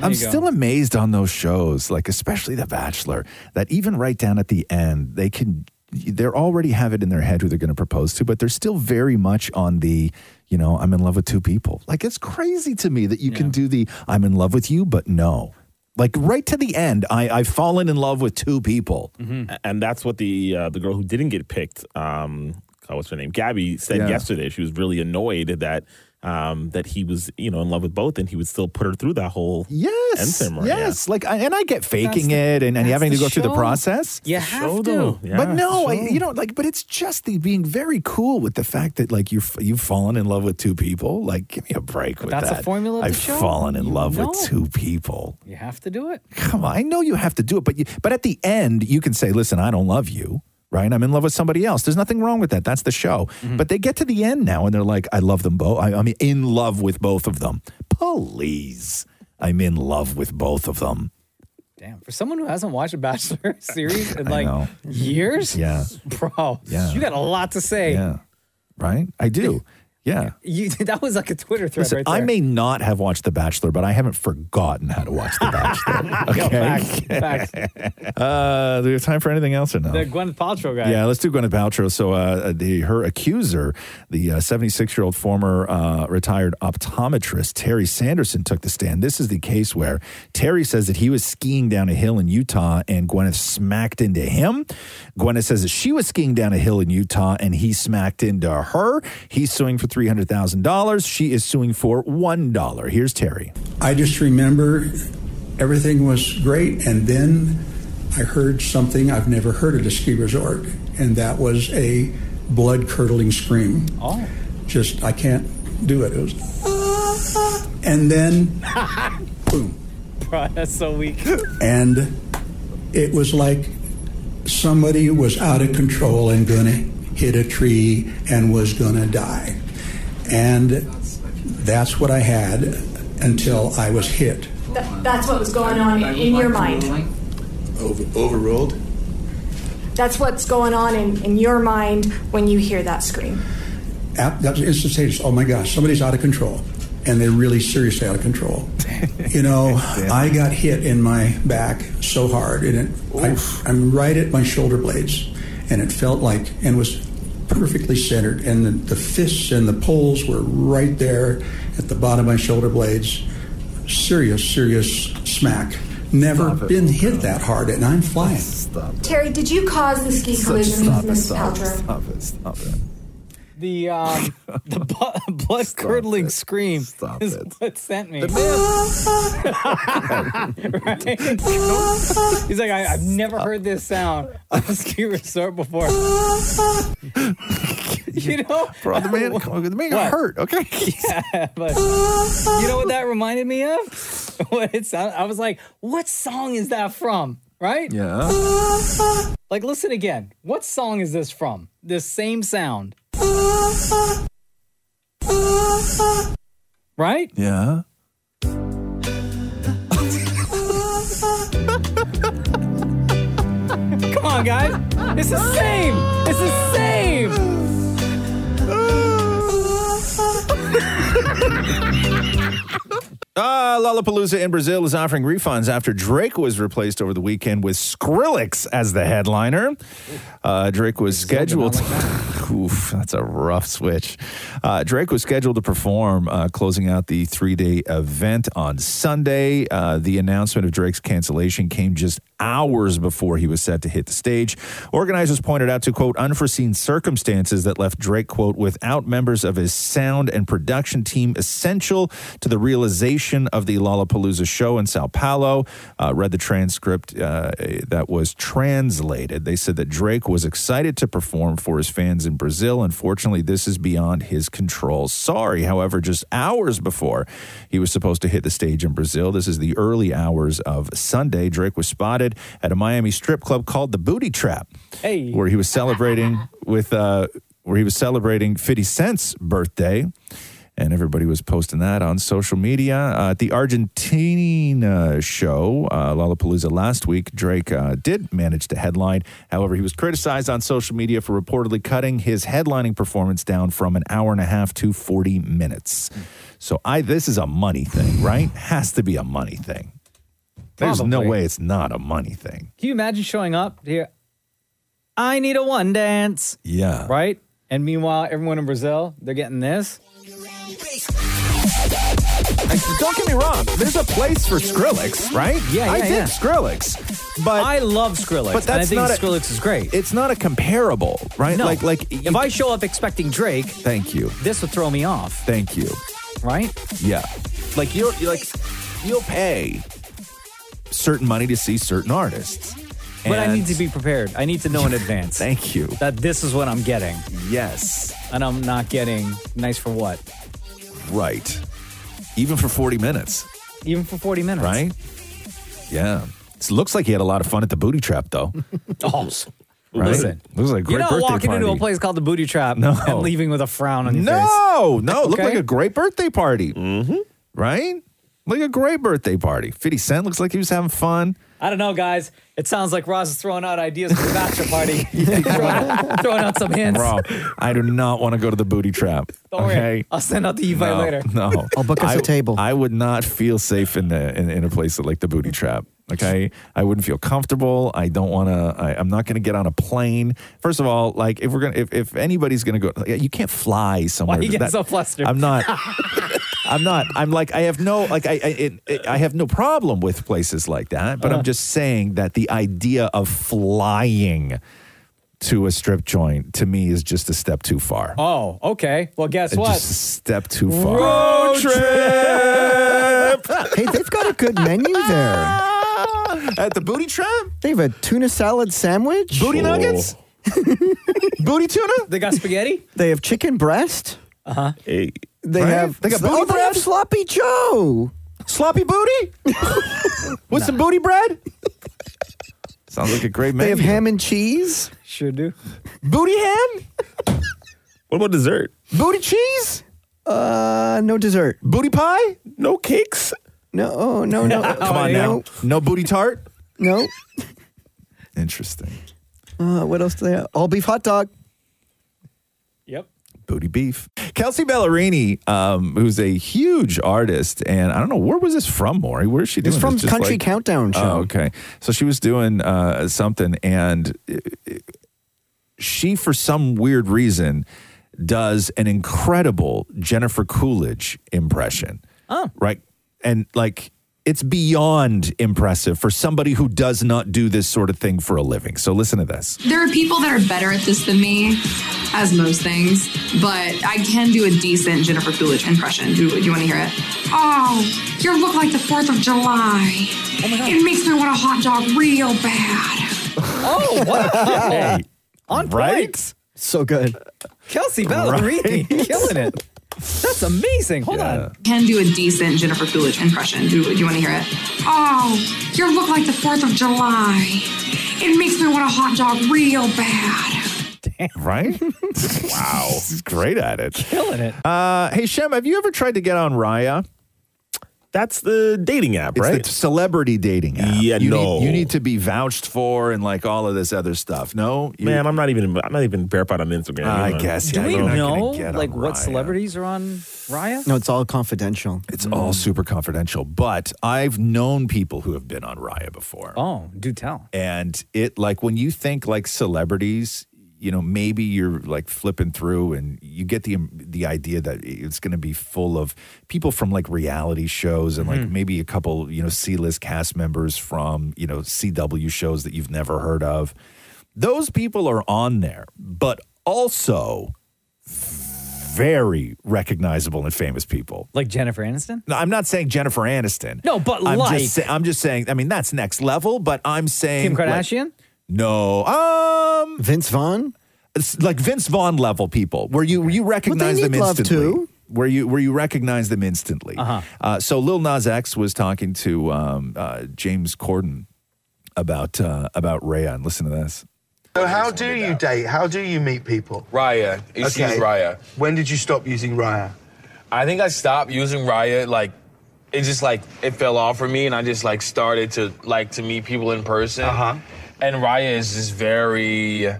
S1: I'm still amazed on those shows, like especially The Bachelor, that even right down at the end, they can they're already have it in their head who they're going to propose to, but they're still very much on the, you know, I'm in love with two people. Like it's crazy to me that you can do the I'm in love with you, but no. Like right to the end, I, I've fallen in love with two people.
S10: A- And that's what the uh, the girl who didn't get picked, um, God, what's her name, Gabby, said
S1: Yeah.
S10: yesterday. She was really annoyed that um, that he was you know in love with both, and he would still put her through that whole
S1: Yes.
S10: end ceremony.
S1: yes. Like, I, and I get faking
S10: the-
S1: it and, and
S10: that's
S1: having to
S10: the
S1: go through the
S10: show.
S1: process.
S10: You It's the have show, to. though. Yeah,
S1: but
S10: it's
S1: no,
S10: the
S1: I,
S10: show.
S1: you know, like, but it's just the being very cool with the fact that like you've you've fallen in love with two people. Like, give me a break with
S2: that's
S1: that.
S2: the formula of the
S1: I've
S2: show.
S1: fallen in
S2: You
S1: love
S2: know.
S1: with two people.
S2: You have to do it.
S1: Come on, I know you have to do it, but you, but at the end, you can say, "Listen, I don't love you." Right, I'm in love with somebody else. There's nothing wrong with that. That's the show.
S2: Mm-hmm.
S1: But they get to the end now, and they're like, "I love them both. I, I'm in love with both of them." Please, I'm in love with both of them.
S2: Damn. For someone who hasn't watched a Bachelor series in like years,
S1: Yeah.
S2: bro,
S1: Yeah.
S2: you got a lot to say.
S1: Yeah, right. I do. Yeah.
S2: You, that was like a Twitter thread
S1: Listen,
S2: right there.
S1: I may not have watched The Bachelor, but I haven't forgotten how to watch The Bachelor. Okay.
S2: Yo, facts, facts.
S1: Uh, do we have time for anything else or no?
S2: The Gwyneth Paltrow guy.
S1: Yeah, let's do Gwyneth Paltrow. So, uh, the her accuser, the 76 year old former uh, retired optometrist Terry Sanderson, took the stand. This is the case where Terry says that he was skiing down a hill in Utah and Gwyneth smacked into him. Gwyneth says that she was skiing down a hill in Utah and he smacked into her. He's suing for $300,000. She is suing for $1. Here's Terry.
S21: I just remember everything was great, and then I heard something I've never heard at a ski resort, and that was a blood curdling scream.
S2: Oh.
S21: Just, I can't do it. It was, "Ah," and then,
S2: Bro, that's so weak.
S21: and it was like somebody was out of control and gonna hit a tree and was gonna die. And that's what I had until I was hit.
S18: That, that's what was going on in, in your mind.
S21: Over- overruled?
S18: That's what's going on in, in your mind when you hear that scream.
S21: App, that was instantaneous. Oh my gosh, somebody's out of control. And they're really seriously out of control. You know, I got hit in my back so hard, and it, I, I'm right at my shoulder blades, and it felt like, and was perfectly centered, and the, the fists and the poles were right there at the bottom of my shoulder blades. Serious, serious smack. Never been hit that hard, and I'm flying.
S18: Terry, did you cause the ski collision with Miss Paltrow?
S1: Stop it. Stop it.
S2: The um, the bu- blood curdling scream is what sent me. right? He's like, I, I've never heard this sound on a ski resort before. you know,
S1: bro, the man, the man got hurt. Okay,
S2: yeah, but you know what that reminded me of? What it sounded? I was like, what song is that from? Right?
S1: Yeah.
S2: Like, listen again. What song is this from? This same sound, right?
S1: Yeah.
S2: Come on, guys. It's the same. It's the same.
S1: Ah, Lollapalooza in Brazil is offering refunds after Drake was replaced over the weekend with Skrillex as the headliner. Uh, Drake was scheduled. Oof, that's a rough switch. Uh, Drake was scheduled to perform, uh, closing out the three day event on Sunday. Uh, the announcement of Drake's cancellation came just hours before he was set to hit the stage. Organizers pointed out to, quote, unforeseen circumstances that left Drake, quote, without members of his sound and production team essential to the realization of the Lollapalooza show in Sao Paulo. Uh, read the transcript uh, that was translated. They said that Drake was excited to perform for his fans in Brazil. Unfortunately, this is beyond his control. Sorry. However, just hours before he was supposed to hit the stage in Brazil, this is the early hours of Sunday, Drake was spotted at a Miami strip club called the Booty Trap,
S2: hey.
S1: where he was celebrating with uh, where he was celebrating 50 Cent's birthday. And everybody was posting that on social media. Uh, at the Argentina show, uh, Lollapalooza last week, Drake uh, did manage to headline. However, he was criticized on social media for reportedly cutting his headlining performance down from an hour and a half to 40 minutes. So I, this is a money thing, right? Has to be a money thing. There's no
S2: Probably.
S1: way it's not a money thing.
S2: Can you imagine showing up here? I need a one dance.
S1: Yeah.
S2: Right? And meanwhile, everyone in Brazil, they're getting this.
S1: Don't get me wrong. There's a place for Skrillex, right?
S2: Yeah, yeah,
S1: I dig
S2: yeah.
S1: Skrillex, but I
S2: love Skrillex.
S1: But that's
S2: and I think
S1: not a-
S2: Skrillex is great.
S1: It's not a comparable, right?
S2: No.
S1: Like, like
S2: if I show up expecting Drake,
S1: thank you.
S2: This would throw me off,
S1: Thank you.
S2: right?
S1: Yeah, like you'll you like you'll pay certain money to see certain artists.
S2: But I
S1: And-
S2: need to be prepared. I need to know in advance.
S1: Thank you.
S2: That this is what I'm getting.
S1: Yes.
S2: And I'm not getting nice for what?
S1: right, even for 40 minutes,
S2: Even for 40 minutes.
S1: right? Yeah, it looks like he had a lot of fun at the booty trap, though.
S2: Oh,
S1: right?
S2: listen.
S1: looks like a great
S2: You're not
S1: birthday
S2: walking into a
S1: party.
S2: place called the Booty Trap
S1: No.
S2: and leaving with a frown on your face.
S1: No, no, it looked
S2: Okay?
S1: like a great birthday party. Mm-hmm. Right? Like a great birthday party. 50 Cent looks like he was having fun.
S2: I don't know, guys. It sounds like Roz is throwing out ideas for the bachelor party. throwing, throwing out some hints.
S1: Bro, I do not want to go to the booty trap.
S2: Don't worry.
S1: okay?
S2: I'll send out the invite
S1: no,
S2: later.
S1: No.
S9: I'll book us
S1: I-
S9: a table.
S1: I would not feel safe in, the, in, in a place like the booty trap. Okay. I wouldn't feel comfortable. I don't want to, I'm not going to get on a plane. First of all, like if we're going to, if, if anybody's going to go, you can't fly somewhere.
S2: Why are you getting
S1: That-
S2: so flustered?
S1: I'm not. I'm not. I'm like I have no like I I, it, it, I have no problem with places like that,
S2: Uh-huh.
S1: but I'm just saying that the idea of flying to a strip joint to me is just a step too far.
S2: Oh, okay. Well, guess
S1: It's
S2: what?
S1: Just a step too far.
S2: Road
S9: hey, they've got a good menu there.
S1: At the booty trap?
S9: They have a tuna salad sandwich.
S1: Booty nuggets? booty tuna?
S2: They got spaghetti?
S9: They have chicken breast.
S2: Uh huh.
S10: Hey,
S9: They
S1: Right?
S9: have
S1: They got
S9: oh,
S1: booty Oh,
S9: they have
S1: bread?
S9: sloppy Joe.
S1: Sloppy booty? With some booty bread? Sounds like a great
S9: They
S1: menu.
S9: have ham and cheese.
S2: Sure do.
S1: Booty ham?
S10: What about dessert?
S1: Booty cheese?
S9: Uh, no dessert.
S1: Booty pie?
S10: No cakes?
S9: No, oh, no, no.
S1: Come on now. No booty tart?
S9: No.
S1: Interesting.
S9: Uh, what else do they have? All beef hot dog.
S2: Yep.
S1: booty beef. Kelsey Ballerini, um, who's a huge artist, and I don't know where was this from, Maury? Where is she doing?
S9: It's from
S1: this? Just
S9: Country
S1: like-
S9: Countdown show.
S1: Oh, okay. So she was doing uh, something, and uh, she, for some weird reason, does an incredible Jennifer Coolidge impression.
S2: Oh.
S1: Right, and like. It's beyond impressive for somebody who does not do this sort of thing for a living. So listen to this.
S14: There are people that are better at this than me, as most things, but I can do a decent Jennifer Coolidge impression. Do, do you want to hear it?
S18: Oh, you look like the 4th of July. it makes me want a hot dog real bad.
S2: Oh, what? hey, on
S1: Right?
S2: point.
S9: So good.
S2: Kelsey Ballerini killing it. That's amazing. Hold on.
S14: Can do a decent Jennifer Coolidge impression. Do, do you want to hear it?
S18: Oh, you look like the 4th of July. It makes me want a hot dog real bad.
S1: Right? wow. She's great at it.
S2: Killing it.
S1: Uh, hey Shem, have you ever tried to get on Raya?
S10: That's the dating app,
S1: It's
S10: right?
S1: the celebrity dating app.
S10: Yeah,
S1: you
S10: no.
S1: Need, you need to be vouched for and like all of this other stuff. No, you,
S10: Man, I'm not even I'm not even verified on Instagram.
S1: I
S10: you know.
S1: guess.
S2: Do
S1: Ah, yeah,
S2: we
S1: you're not
S2: know
S1: gonna get
S2: like
S1: on
S2: what
S1: Raya.
S2: celebrities are on Raya?
S9: No, it's all confidential. Mm.
S1: It's all super confidential. But I've known people who have been on Raya before.
S2: Oh, do tell.
S1: And it like when you think like celebrities, you know, maybe you're like flipping through and you get the the idea that it's going to be full of people from like reality shows and like
S12: Mhm.
S1: maybe a couple, you know, C-list cast members from, you know, CW shows that you've never heard of. Those people are on there, but also very recognizable and famous people.
S2: Like Jennifer Aniston?
S1: No, I'm not saying Jennifer Aniston.
S2: No, but
S1: I'm
S2: like-
S1: just, sa- I'm just saying. I mean, that's next level. But I'm saying
S2: Kim
S1: like-
S2: Kardashian?
S1: no, um, Vince Vaughn. It's like Vince Vaughn level people, where you you recognize
S9: need
S1: them
S9: love,
S1: instantly.
S9: too.
S1: Where you where you recognize them instantly. Uh-huh. so Lil Nas X was talking to um, uh, James Corden about uh, about Rayon. Listen to this.
S15: So how do you date? How do you meet people?
S17: Raya. It's
S15: Okay.
S17: use Raya.
S15: When did you stop using Raya?
S17: I think I stopped using Raya. Like, it just like it fell off for me, and I just like started to like to meet people in person. Uh
S15: Uh-huh.
S17: huh. And Raya is just very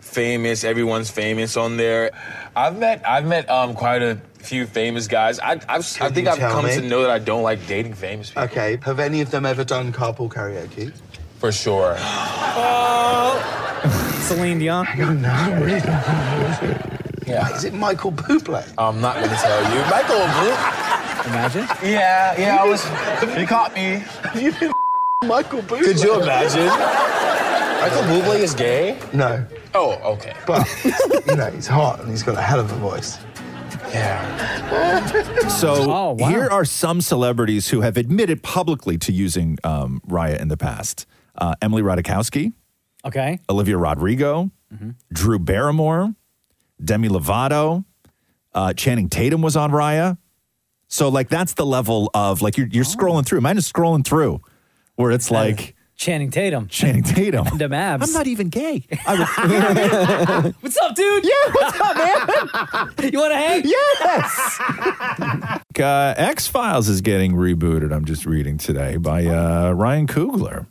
S17: famous. Everyone's famous on there. I've met I've met um quite a few famous guys. I I've, I
S15: Can
S17: think
S15: you
S17: I've
S15: tell
S17: come
S15: me?
S17: to know that I don't like dating famous people.
S15: Okay. Have any of them ever done carpool karaoke?
S17: For sure.
S2: Celine Dion?
S15: No, really. Yeah. Is it Michael Bublé?
S17: I'm not gonna tell you. Michael
S2: Imagine.
S17: Yeah, yeah, I was. You caught me.
S15: you been Michael Bublé?
S17: Could you imagine? Michael Bublé is gay.
S15: No.
S17: Oh, okay.
S15: But you know he's hot and he's got a hell of a voice. Yeah.
S1: So here are some celebrities who have admitted publicly to using um, Raya in the past: uh, Emily Ratajkowski,
S2: Okay.
S1: Olivia Rodrigo, Drew Barrymore, Demi Lovato, uh, Channing Tatum was on Raya. So like that's the level of like you're you're scrolling through. Mine is scrolling through, where it's like
S2: Channing Tatum.
S1: Channing Tatum.
S2: Them abs.
S1: I'm not even gay.
S2: what's up, dude?
S1: Yeah, what's up,
S2: man? you want to hang?
S1: Yes. uh, X Files is getting rebooted. I'm just reading today by uh, Ryan Coogler.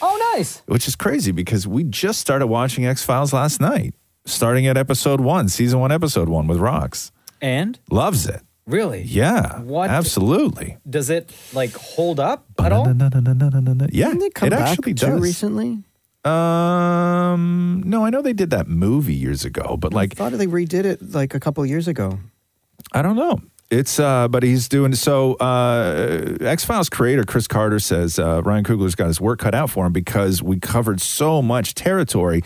S2: Oh, nice.
S1: which is crazy because we just started watching X Files last night, starting at episode one, season one, episode one with Rocks.
S2: And
S1: Loves it.
S2: really?
S1: Yeah.
S2: What-
S1: Absolutely.
S2: Does it like hold up at all?
S1: Yeah.
S2: Didn't it come back
S1: actually
S2: too
S1: does.
S9: recently?
S1: Um, no, I know they did that movie years ago, but like,
S9: I thought they redid it like a couple years ago.
S1: I don't know. It's uh, but he's doing so. Uh, X Files creator Chris Carter says uh, Ryan Coogler's got his work cut out for him because we covered so much territory,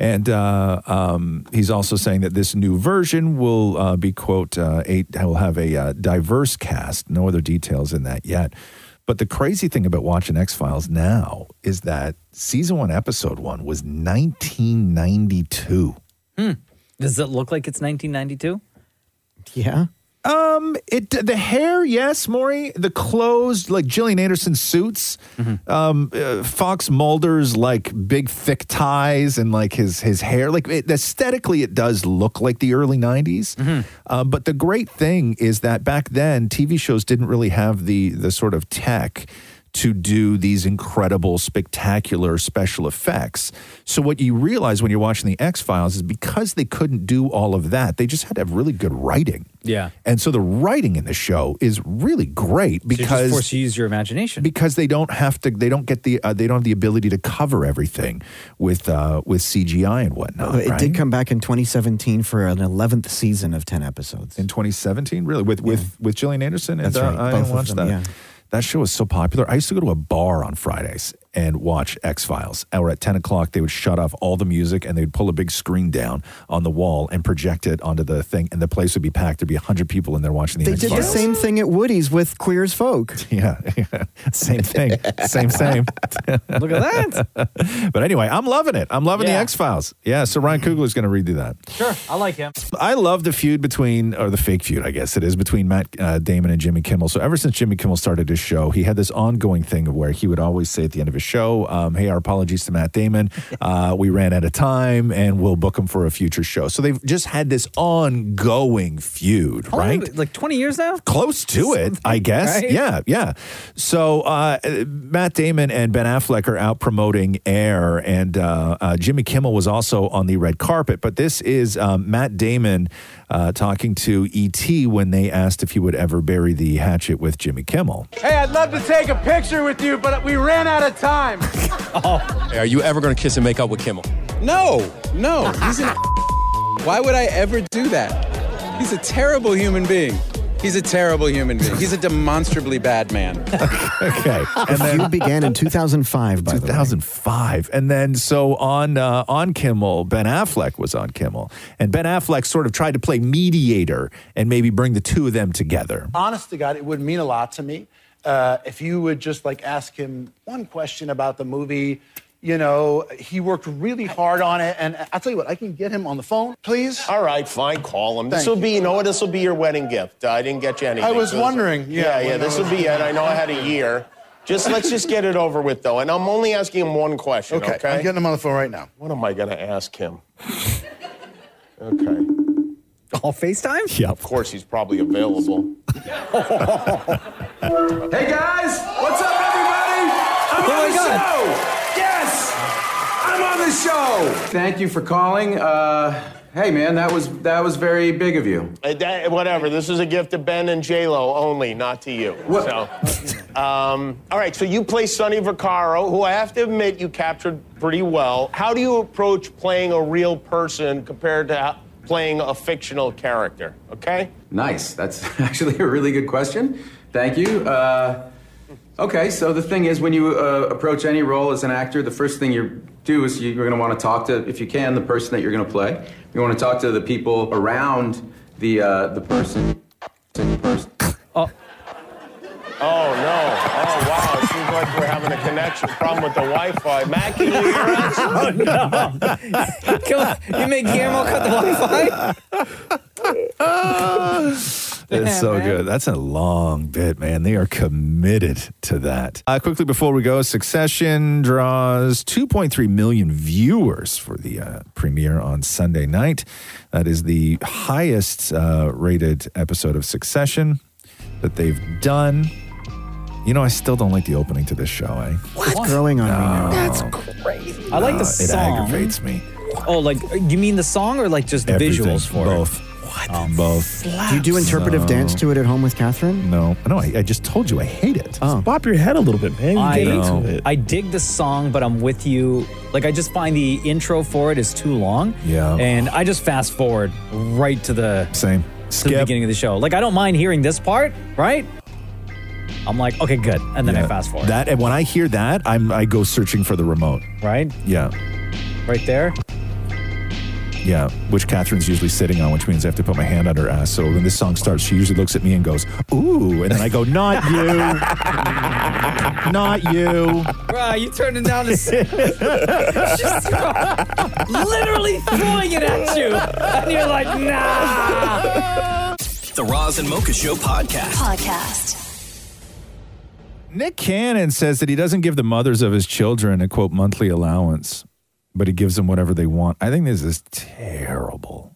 S1: and uh, um, he's also saying that this new version will uh, be quote uh, eight will have a uh, diverse cast. No other details in that yet. But the crazy thing about watching X Files now is that season one, episode one was 1992.
S2: Hmm. Does it look like it's 1992?
S9: Yeah.
S1: Um, it the hair, yes, Maury. The clothes, like Gillian Anderson suits, um, uh, Fox Mulder's like big thick ties and like his his hair. Like it, aesthetically, it does look like the early '90s. Um, but the great thing is that back then, TV shows didn't really have the the sort of tech to do these incredible, spectacular special effects. So, what you realize when you're watching The X Files is because they couldn't do all of that, they just had to have really good writing.
S2: Yeah.
S1: And so the writing in the show is really great
S2: So you're just
S1: because
S2: forced to use your imagination.
S1: because they don't have to they don't get the uh, they don't have the ability to cover everything with uh, with CGI and whatnot.
S9: it
S1: Oh, right?
S9: did come back in 2017 for an 11th season of 10 episodes.
S1: in 2017, really with with with Gillian Anderson.
S9: That's right,
S1: And, uh, I
S9: both
S1: didn't
S9: of
S1: watch that.
S9: them, yeah.
S1: That show was so popular. I used to go to a bar on Fridays and watch X Files. Or at 10 o'clock, they would shut off all the music and they'd pull a big screen down on the wall and project it onto the thing, and the place would be packed. There'd be 100 people in there watching the
S9: They
S1: X
S9: did the
S1: Files.
S9: same thing at Woody's with Queer as Folk.
S1: Yeah, same thing. Same, same.
S2: Look at
S1: that. but anyway, I'm loving it. I'm loving the
S2: Yeah.
S1: X Files. Yeah, so Ryan Coogler's going to redo that.
S2: Sure, I like him.
S1: I love the feud between, or the fake feud, I guess it is, between Matt uh, Damon and Jimmy Kimmel. So ever since Jimmy Kimmel started his show, he had this ongoing thing of where he would always say at the end of his show. Um, hey, our apologies to Matt Damon. Uh, we ran out of time, and we'll book him for a future show. So they've just had this ongoing feud,
S2: How long
S1: right?
S2: have it- Like 20 years now?
S1: close to it, I guess.
S2: right?
S1: Yeah, yeah. So uh, Matt Damon and Ben Affleck are out promoting Air, and uh, uh, Jimmy Kimmel was also on the red carpet. But this is um, Matt Damon uh, talking to ET when they asked if he would ever bury the hatchet with Jimmy Kimmel.
S20: Hey, I'd love to take a picture with you, but we ran out of time.
S2: Oh.
S12: Are you ever going to kiss and make up with Kimmel?
S20: No, no, he's an. Why would I ever do that? He's a terrible human being. He's a terrible human being. He's a demonstrably bad man.
S1: Okay.
S9: The feud began in 2005, by the way.
S1: 2005. And then so on uh, on Kimmel, Ben Affleck was on Kimmel, and Ben Affleck sort of tried to play mediator and maybe bring the two of them together.
S8: Honest to God, it would mean a lot to me uh, if you would just like ask him one question about the movie. You know, he worked really hard on it, and I'll tell you what, I can get him on the phone, please.
S13: All right, fine, call him. This
S8: Thank
S13: will be, you know what, this will be your wedding gift. I didn't get you anything.
S8: I was
S13: so this-
S8: wondering,
S13: Yeah,
S8: yeah,
S13: yeah,
S8: when I
S13: this
S8: was-
S13: will be it. I know I had a year. Just let's just get it over with, though. And I'm only asking him one question, okay?
S8: Okay, I'm getting him on the phone right now.
S13: What am I going to ask him?
S2: All FaceTime?
S1: Yeah.
S13: Of course, he's probably available.
S20: Hey guys, what's up, everybody? I'm
S13: Oh
S20: on
S13: my
S20: the
S13: God.
S20: show. Yes, I'm on the show. Thank you for calling. Uh, hey man, that was that was very big of you.
S13: Uh, that- whatever. This is a gift to Ben and J Lo only, not to you. So, um, all right. So you play Sonny Vaccaro, who I have to admit you captured pretty well. How do you approach playing a real person compared to ho- playing a fictional character? Okay.
S20: Nice. That's actually a really good question. Thank you. Uh, okay, so the thing is, when you uh, approach any role as an actor, the first thing you do is you- you're going to want to talk to, if you can, the person that you're going to play. You want to talk to the people around the uh, the person.
S13: Oh no! Oh wow! It seems like we're having a connection problem with the Wi-Fi. Matt, can you hear us?
S2: Oh, no. Come on. You make Guillermo cut the Wi Fi?
S1: It's so good. That's a long bit, man. They are committed to that. Uh, quickly before we go, Succession draws 2.3 million viewers for the uh, premiere on Sunday night. That is the highest uh, rated episode of Succession that they've done. You know, I still don't like the opening to this show, eh?
S9: It's growing on me now.
S1: That's
S2: crazy. I like
S1: No,
S2: the
S1: Uh, It
S2: song.
S1: aggravates me.
S2: Oh, like, you mean the song or like just the
S1: Everything.
S2: visuals for
S1: both.
S2: it?
S1: What? both.
S9: Do you do interpretive
S1: So-
S9: dance to it at home with Catherine?
S1: No. No, I, I just told you I hate it.
S9: Oh.
S10: Bop your head a little bit, man.
S2: I,
S10: get into it.
S2: I dig the song, but I'm with you. Like, I just find the intro for it is too long.
S1: Yeah.
S2: And I just fast forward right to the
S1: same
S2: to the beginning of the show. Like, I don't mind hearing this part, right? I'm like, okay, good, and then I
S1: Yeah.
S2: fast forward.
S1: That and when I hear that, I'm I go searching for the remote.
S2: right,
S1: Yeah,
S2: right there.
S1: yeah. Which Catherine's usually sitting on, which means I have to put my hand on her ass. So when this song starts, she usually looks at me and goes, "Ooh," and then I go, "Not you, not you."
S2: Bruh, you turning down the. She's throw- literally throwing it at you, and you're like, nah.
S5: The Roz and Mocha Show podcast.
S4: Podcast.
S1: Nick Cannon says that he doesn't give the mothers of his children a quote monthly allowance, but he gives them whatever they want. I think this is terrible.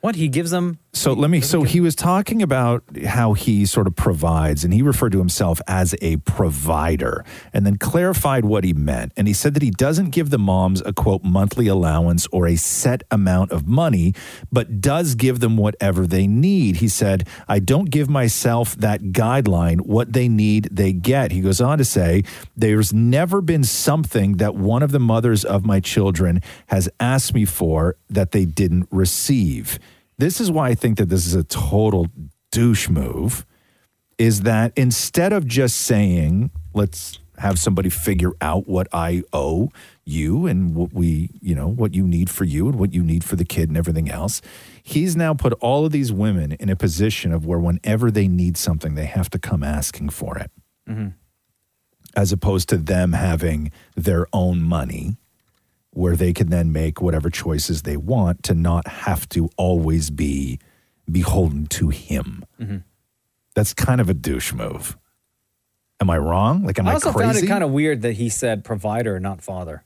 S2: What he gives them?
S1: So let me. So he was talking about how he sort of provides, and he referred to himself as a provider, and then clarified what he meant. And he said that he doesn't give the moms a quote monthly allowance or a set amount of money, but does give them whatever they need. He said, I don't give myself that guideline. What they need, they get. He goes on to say, There's never been something that one of the mothers of my children has asked me for that they didn't receive this is why I think that this is a total douche move is that instead of just saying, let's have somebody figure out what I owe you and what we, you know, what you need for you and what you need for the kid and everything else, he's now put all of these women in a position of where whenever they need something, they have to come asking for it
S2: Mm-hmm.
S1: as opposed to them having their own money where they can then make whatever choices they want to not have to always be
S2: Mm-hmm.
S1: beholden to him. That's kind of a douche move. Am I wrong? Like, am
S2: I
S1: I,
S2: also found
S1: crazy?
S2: it kind of weird that he said provider, not father.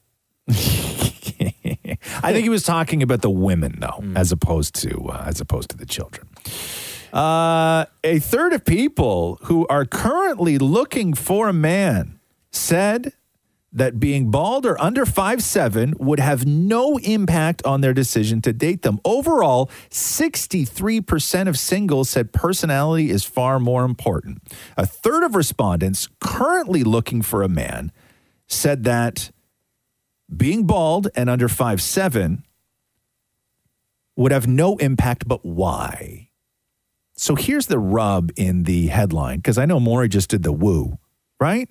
S1: I think he was talking about the women though, as opposed to uh, as opposed to the children. Uh, a third of people who are currently looking for a man said that being bald or under 5'7 would have no impact on their decision to date them. Overall, 63% of singles said personality is far more important. A third of respondents currently looking for a man said that being bald and under 5'7 would have no impact, but why? So here's the rub in the headline, because I know Maury just did the woo, right?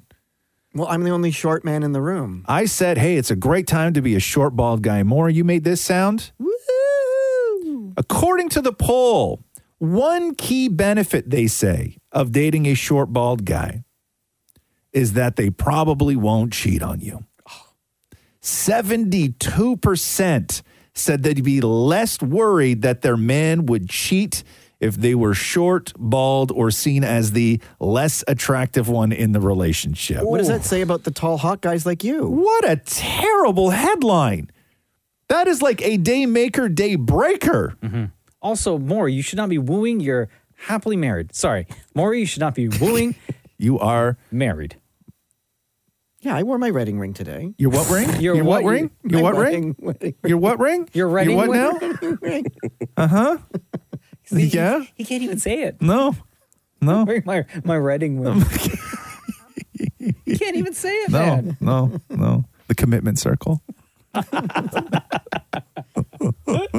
S9: Well, I'm the only short man in the room.
S1: I said, hey, it's a great time to be a short, bald guy. Maury, you made this sound? According to the poll, one key benefit, they say, of dating a short, bald guy is that they probably won't cheat on you. 72% said they'd be less worried that their man would cheat if they were short, bald, or seen as the less attractive one in the relationship.
S9: What does that say about the tall, hot guys like you?
S1: What a terrible headline. That is like a day maker, day breaker.
S2: Mm-hmm. Also, Maury, you should not be wooing. You're happily married. Sorry, Maury, you should not be wooing.
S1: you are
S2: married.
S9: Yeah, I wore my wedding ring today.
S1: Your what ring?
S2: Your
S1: Your what ring? Your
S9: My
S1: what ring?
S9: wedding- wedding
S1: Your what ring?
S9: Your
S1: Your
S9: wedding
S1: what now?
S9: ring.
S1: Uh huh. yeah.
S2: He can't even say it.
S1: No. No.
S2: my my wedding ring. he can't even say it,
S1: No.
S2: man.
S1: No. No. The commitment circle.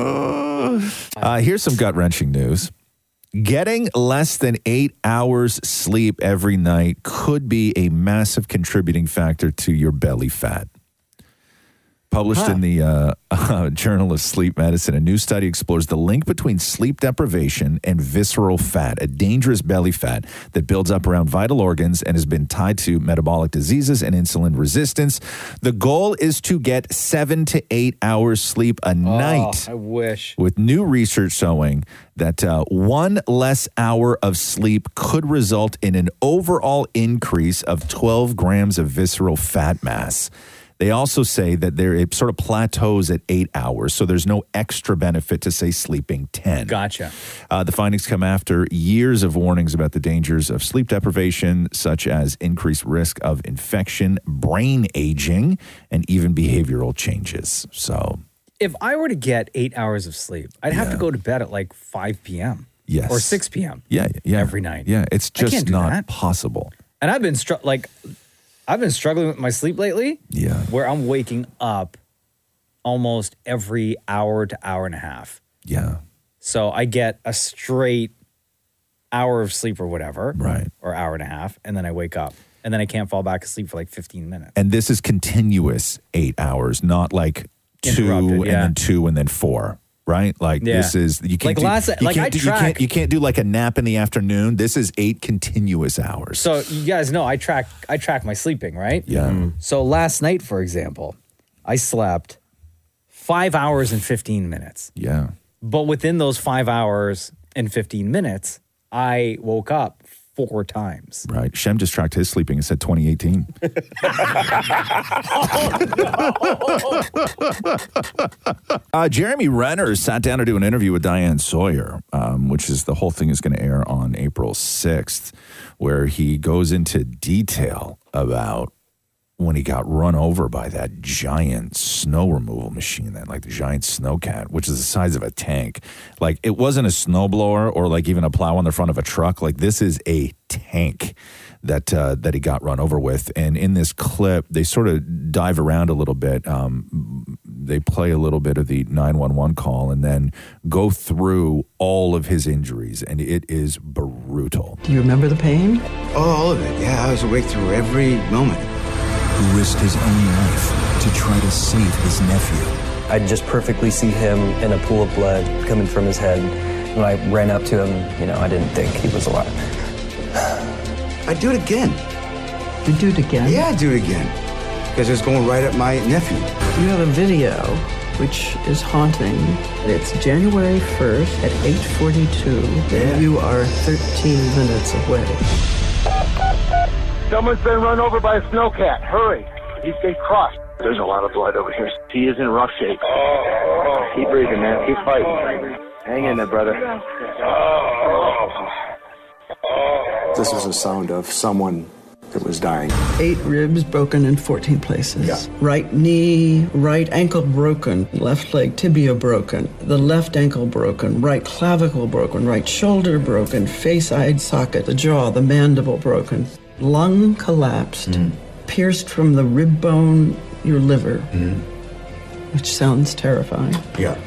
S1: Uh, here's some gut wrenching news. Getting less than eight hours sleep every night could be a massive contributing factor to your belly fat. Published in the uh, Journal of Sleep Medicine, a new study explores the link between sleep deprivation and visceral fat, a dangerous belly fat that builds up around vital organs and has been tied to metabolic diseases and insulin resistance. The goal is to get seven to eight hours sleep a night
S2: Oh, I wish.
S1: with new research showing that uh, one less hour of sleep could result in an overall increase of 12 grams of visceral fat mass. They also say that there it sort of plateaus at eight hours, so there's no extra benefit to say sleeping ten.
S2: Gotcha.
S1: Uh, the findings come after years of warnings about the dangers of sleep deprivation, such as increased risk of infection, brain aging, and even behavioral changes. So
S2: If I were to get eight hours of sleep, I'd have to go to bed at like 5 p.m.
S1: Yes.
S2: Or 6 p.m.
S1: Yeah, yeah.
S2: Every night.
S1: Yeah, it's
S2: I can't
S1: just
S2: do
S1: not
S2: that.
S1: possible.
S2: And I've been str- like, I've been struggling with my sleep lately.
S1: Yeah.
S2: Where I'm waking up almost every hour to hour and a half.
S1: Yeah.
S2: So I get a straight hour of sleep or whatever.
S1: Right.
S2: Or hour and a half. And then I wake up. And then I can't fall back asleep for like 15 minutes.
S1: And this is continuous eight hours, not like two
S2: Interrupted, yeah.
S1: and then two and then four. Right? Like
S2: Yeah.
S1: this is you
S2: Like
S1: can't do,
S2: last-
S1: you
S2: like
S1: can't
S2: I
S1: do, you can't
S2: track-
S1: you can't do like a nap in the afternoon. This is eight continuous hours.
S2: So you guys know I track I track my sleeping, right?
S1: Yeah.
S2: So last night, for example, I slept five hours and fifteen minutes.
S1: Yeah.
S2: But within those five hours and fifteen minutes, I woke up four times.
S1: Right. Shem just tracked his sleeping and said 2018. Uh, Jeremy Renner sat down to do an interview with Diane Sawyer, um, which is the whole thing is going to air on April 6th, where he goes into detail about when he got run over by that giant snow removal machine, that like the giant snowcat, which is the size of a tank. Like it wasn't a snowblower or like even a plow on the front of a truck. Like this is a tank that uh, that he got run over with. And in this clip, they sort of dive around a little bit. Um, they play a little bit of the 911 call and then go through all of his injuries, and it is brutal.
S23: Do you remember the pain? Oh, all of it. Yeah, I was awake through every moment. Who risked his own life to try to save his nephew?
S3: I just perfectly see him in a pool of blood coming from his head. When I ran up to him, you know, I didn't think he was alive.
S23: I'd do it again. You do it again? Yeah, I'd do it again. Because it's going right at my nephew. You have a video which is haunting. It's January 1st at 8:42. and You are 13 minutes away.
S11: Someone's been run over by a snowcat. Hurry. He's been crossed. There's a lot of blood over here. He is in rough shape. Keep breathing, man. Keep fighting. oh, Hang in there, brother.
S26: This was the sound of someone that was dying.
S23: Eight ribs broken in 14 places. Right knee, right ankle broken, left leg tibia broken, the left ankle broken, right clavicle broken, right shoulder broken, face eye socket, the jaw, the mandible broken, lung collapsed, pierced from the rib bone, your liver, which sounds terrifying.
S26: Yeah.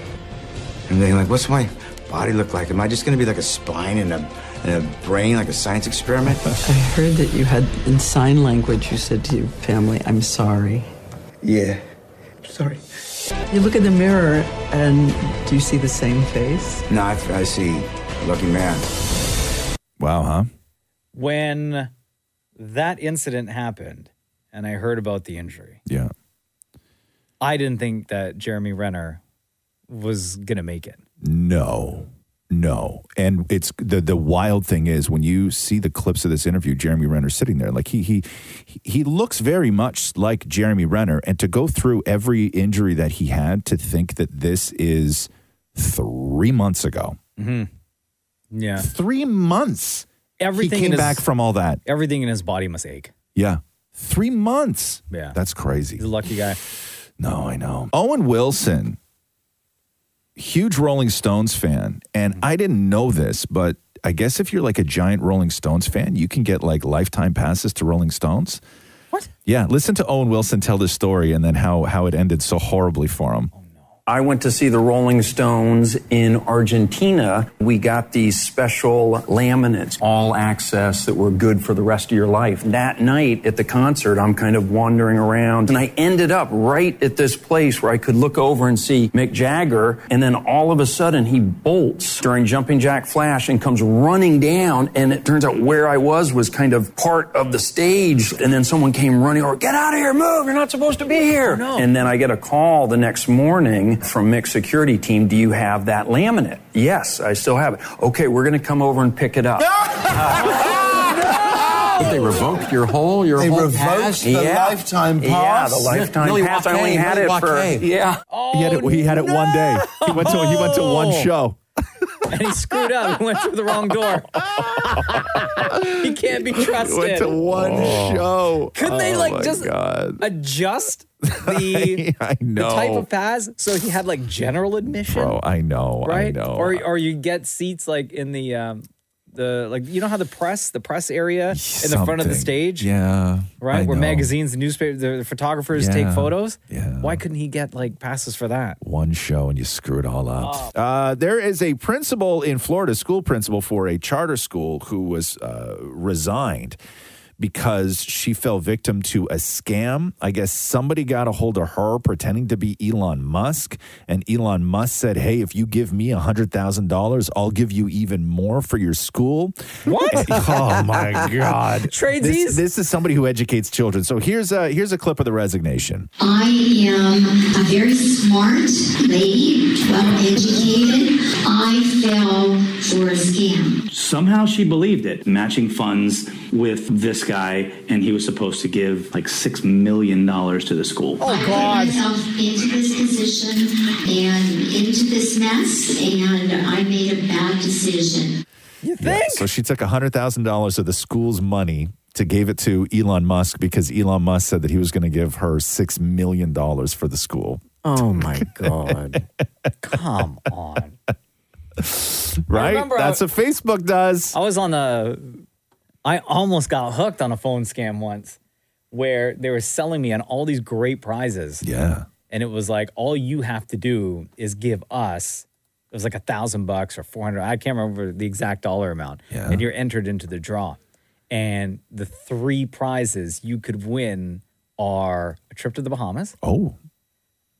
S26: And then like, what's my body look like? Am I just gonna be like a spine and a and a brain like a science experiment?
S23: I heard that you had, in sign language, you said to your family, I'm sorry.
S26: Yeah.
S23: Sorry. You look in the mirror and do you see the same face?
S26: No, I, I see. a Lucky man.
S1: Wow, huh?
S2: When that incident happened and I heard about the injury,
S1: Yeah.
S2: I didn't think that Jeremy Renner was going to make it.
S1: No, no. And it's the the wild thing is when you see the clips of this interview, Jeremy Renner sitting there, like he he he looks very much like Jeremy Renner. And to go through every injury that he had, to think that this is three months ago,
S2: Mm-hmm. Yeah.
S1: Three months.
S2: Everything
S1: he came
S2: in his-
S1: back from all that.
S2: Everything in his body must ache.
S1: Yeah, three months.
S2: Yeah.
S1: That's crazy.
S2: He's a lucky guy.
S1: No, I know. Owen Wilson, huge Rolling Stones fan.
S2: Mm-hmm.
S1: And I didn't know this, but I guess if you're like a giant Rolling Stones fan, you can get like lifetime passes to Rolling Stones. What? Yeah, listen to Owen Wilson tell this story and then how, how it ended so horribly for him.
S24: I went to see the Rolling Stones in Argentina. We got these special laminates, all access that were good for the rest of your life. That night at the concert, I'm kind of wandering around and I ended up right at this place where I could look over and see Mick Jagger. And then all of a sudden he bolts during Jumping Jack Flash and comes running down. And it turns out where I was was kind of part of the stage. And then someone came running over, get out of here, move. You're not supposed to be here. And then I get a call the next morning from Mick's security team. Do you have that laminate? Yes, I still have it. Okay, we're going to come over and pick it up.
S25: But they revoked your whole your
S24: They
S25: whole
S24: revoked
S25: pass?
S24: the lifetime
S25: Yeah,
S24: pass?
S25: the lifetime
S24: Millie
S25: pass. I only
S24: Waukee,
S25: had it
S24: Millie
S25: for
S24: Waukee.
S25: yeah.
S24: Oh,
S1: he had it, he had it one day. He went to he went to one
S2: no.
S1: show.
S2: And he screwed up. He went through the wrong door. he can't be trusted.
S1: Went to one show.
S2: Couldn't they
S1: Oh
S2: like
S1: my
S2: just
S1: God.
S2: adjust the,
S1: I
S2: the type
S1: know.
S2: of pass so he had like general admission?
S1: Bro, I know.
S2: right?
S1: I know.
S2: Or or you get seats like in the um the like you know how the press the press area in the front of the
S1: Something.
S2: stage,
S1: Yeah.
S2: right?
S1: I
S2: Where
S1: know.
S2: magazines, the newspaper, the, the photographers take
S1: Yeah,
S2: photos. Yeah. Why couldn't he get like passes for that?
S1: one show and you screw it all up.
S2: Oh.
S1: Uh, there is a principal in Florida, school principal for a charter school, who was uh, resigned because she fell victim to a scam. I guess somebody got a hold of her pretending to be Elon Musk, and Elon Musk said, "Hey, if you give me hundred thousand dollars, I'll give you even more for your school." What? oh my God!
S3: Tradesies?
S1: This, this is somebody who educates children. So here's a here's a clip of the resignation.
S3: I am a very smart lady, well educated. I fell for a scam.
S27: Somehow she believed it, matching funds with this guy, and he was supposed to give like $6 million to the
S2: Oh,
S27: school.
S1: Oh,
S3: I put myself into this position and into this mess, and I made a bad decision.
S2: You
S1: think? so she took $100,000 of the school's money to give it to Elon Musk because Elon Musk said that he was going to give her $6 million for the school.
S9: Oh my God.
S2: Come on.
S1: Right? That's
S2: a
S1: what Facebook does.
S2: I was on a, I almost got hooked on a phone scam once where they were selling me on all these great prizes.
S1: Yeah.
S2: And it was like, all you have to do is give us, it was like a thousand bucks or 400. I can't remember the exact dollar amount.
S1: Yeah.
S2: And you're entered into the draw. And the three prizes you could win are a trip to the Bahamas.
S1: Oh.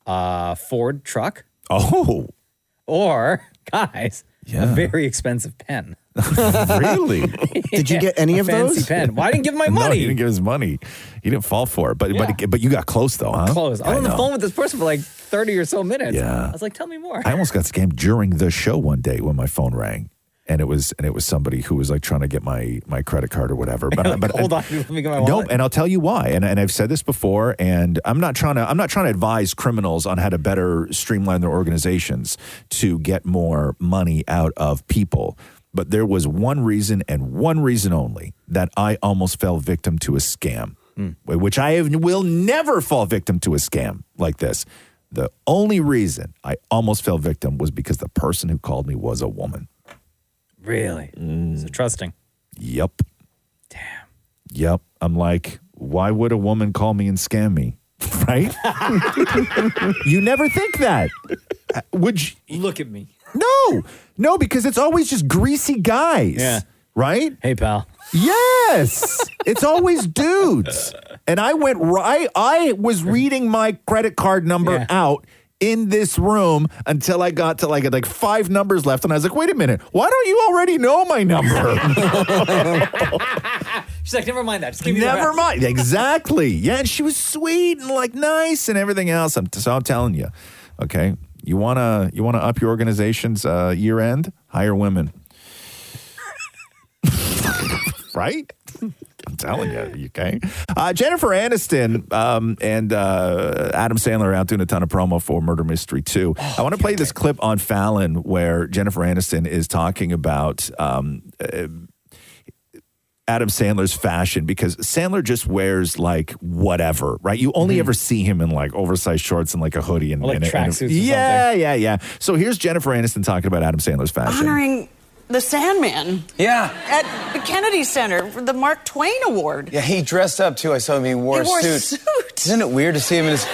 S2: A Ford truck.
S1: Oh.
S2: Or, guys,
S1: Yeah.
S2: a very expensive pen.
S1: really?
S2: Did you get any A of fancy those? pen. Why didn't give my
S1: No,
S2: money?
S1: he didn't give his money. He didn't fall for it. But but but you got close though, huh?
S2: Close. I'm
S1: I
S2: on the
S1: know.
S2: phone with this person for like 30 or so minutes.
S1: Yeah.
S2: I was like, tell me more.
S1: I almost got scammed during the show one day when my phone rang. and it was and it was somebody who was like trying to get my my credit card or whatever. But
S2: Like,
S1: but
S2: hold on, let me get my wallet.
S1: Nope, and I'll tell you why. And, and I've said this before, and I'm not trying to I'm not trying to advise criminals on how to better streamline their organizations to get more money out of people. But there was one reason and one reason only that I almost fell victim to a scam, which I have- will never fall victim to a scam like this. The only reason I almost fell victim was because the person who called me was a woman.
S2: Really?
S1: Mm.
S2: So trusting.
S1: Yep. Damn. Yep. I'm like, why would a woman call me and scam me? Right? you never think that. Uh, Would you?
S2: Look at me.
S1: No, no, because it's always just greasy guys. Yeah. Right?
S2: Hey, pal.
S1: Yes. it's always dudes. And I went right, I was reading my credit card number out in this room until I got to like, I had like five numbers left. And I was like, wait a minute, why don't you already know my number?
S2: She's like, never mind that. Just give me the
S1: Never
S2: rest."
S1: mind. Exactly. Yeah, and she was sweet and like nice and everything else. I'm, so I'm telling you, okay, you wanna you wanna up your organization's uh, year end? Hire women, right? I'm telling you, okay. Uh, Jennifer Aniston um, and uh, Adam Sandler are out doing a ton of promo for Murder Mystery 2.
S2: Oh,
S1: I want to play this clip on Fallon where Jennifer Aniston is talking about um, uh, Adam Sandler's fashion because Sandler just wears like whatever, right? You only ever see him in like oversized shorts and like a hoodie and
S2: Mm-hmm. Or,
S1: and
S2: like,
S1: a- and a-
S2: tracksuits or
S1: yeah, yeah, yeah. So here's Jennifer Aniston talking about Adam Sandler's fashion.
S28: honoring the Sandman
S6: Yeah.
S28: at the Kennedy Center for the Mark Twain Award.
S6: Yeah, he dressed up too. I saw him. He wore,
S28: He wore a
S6: suit. Isn't it weird to see him in his?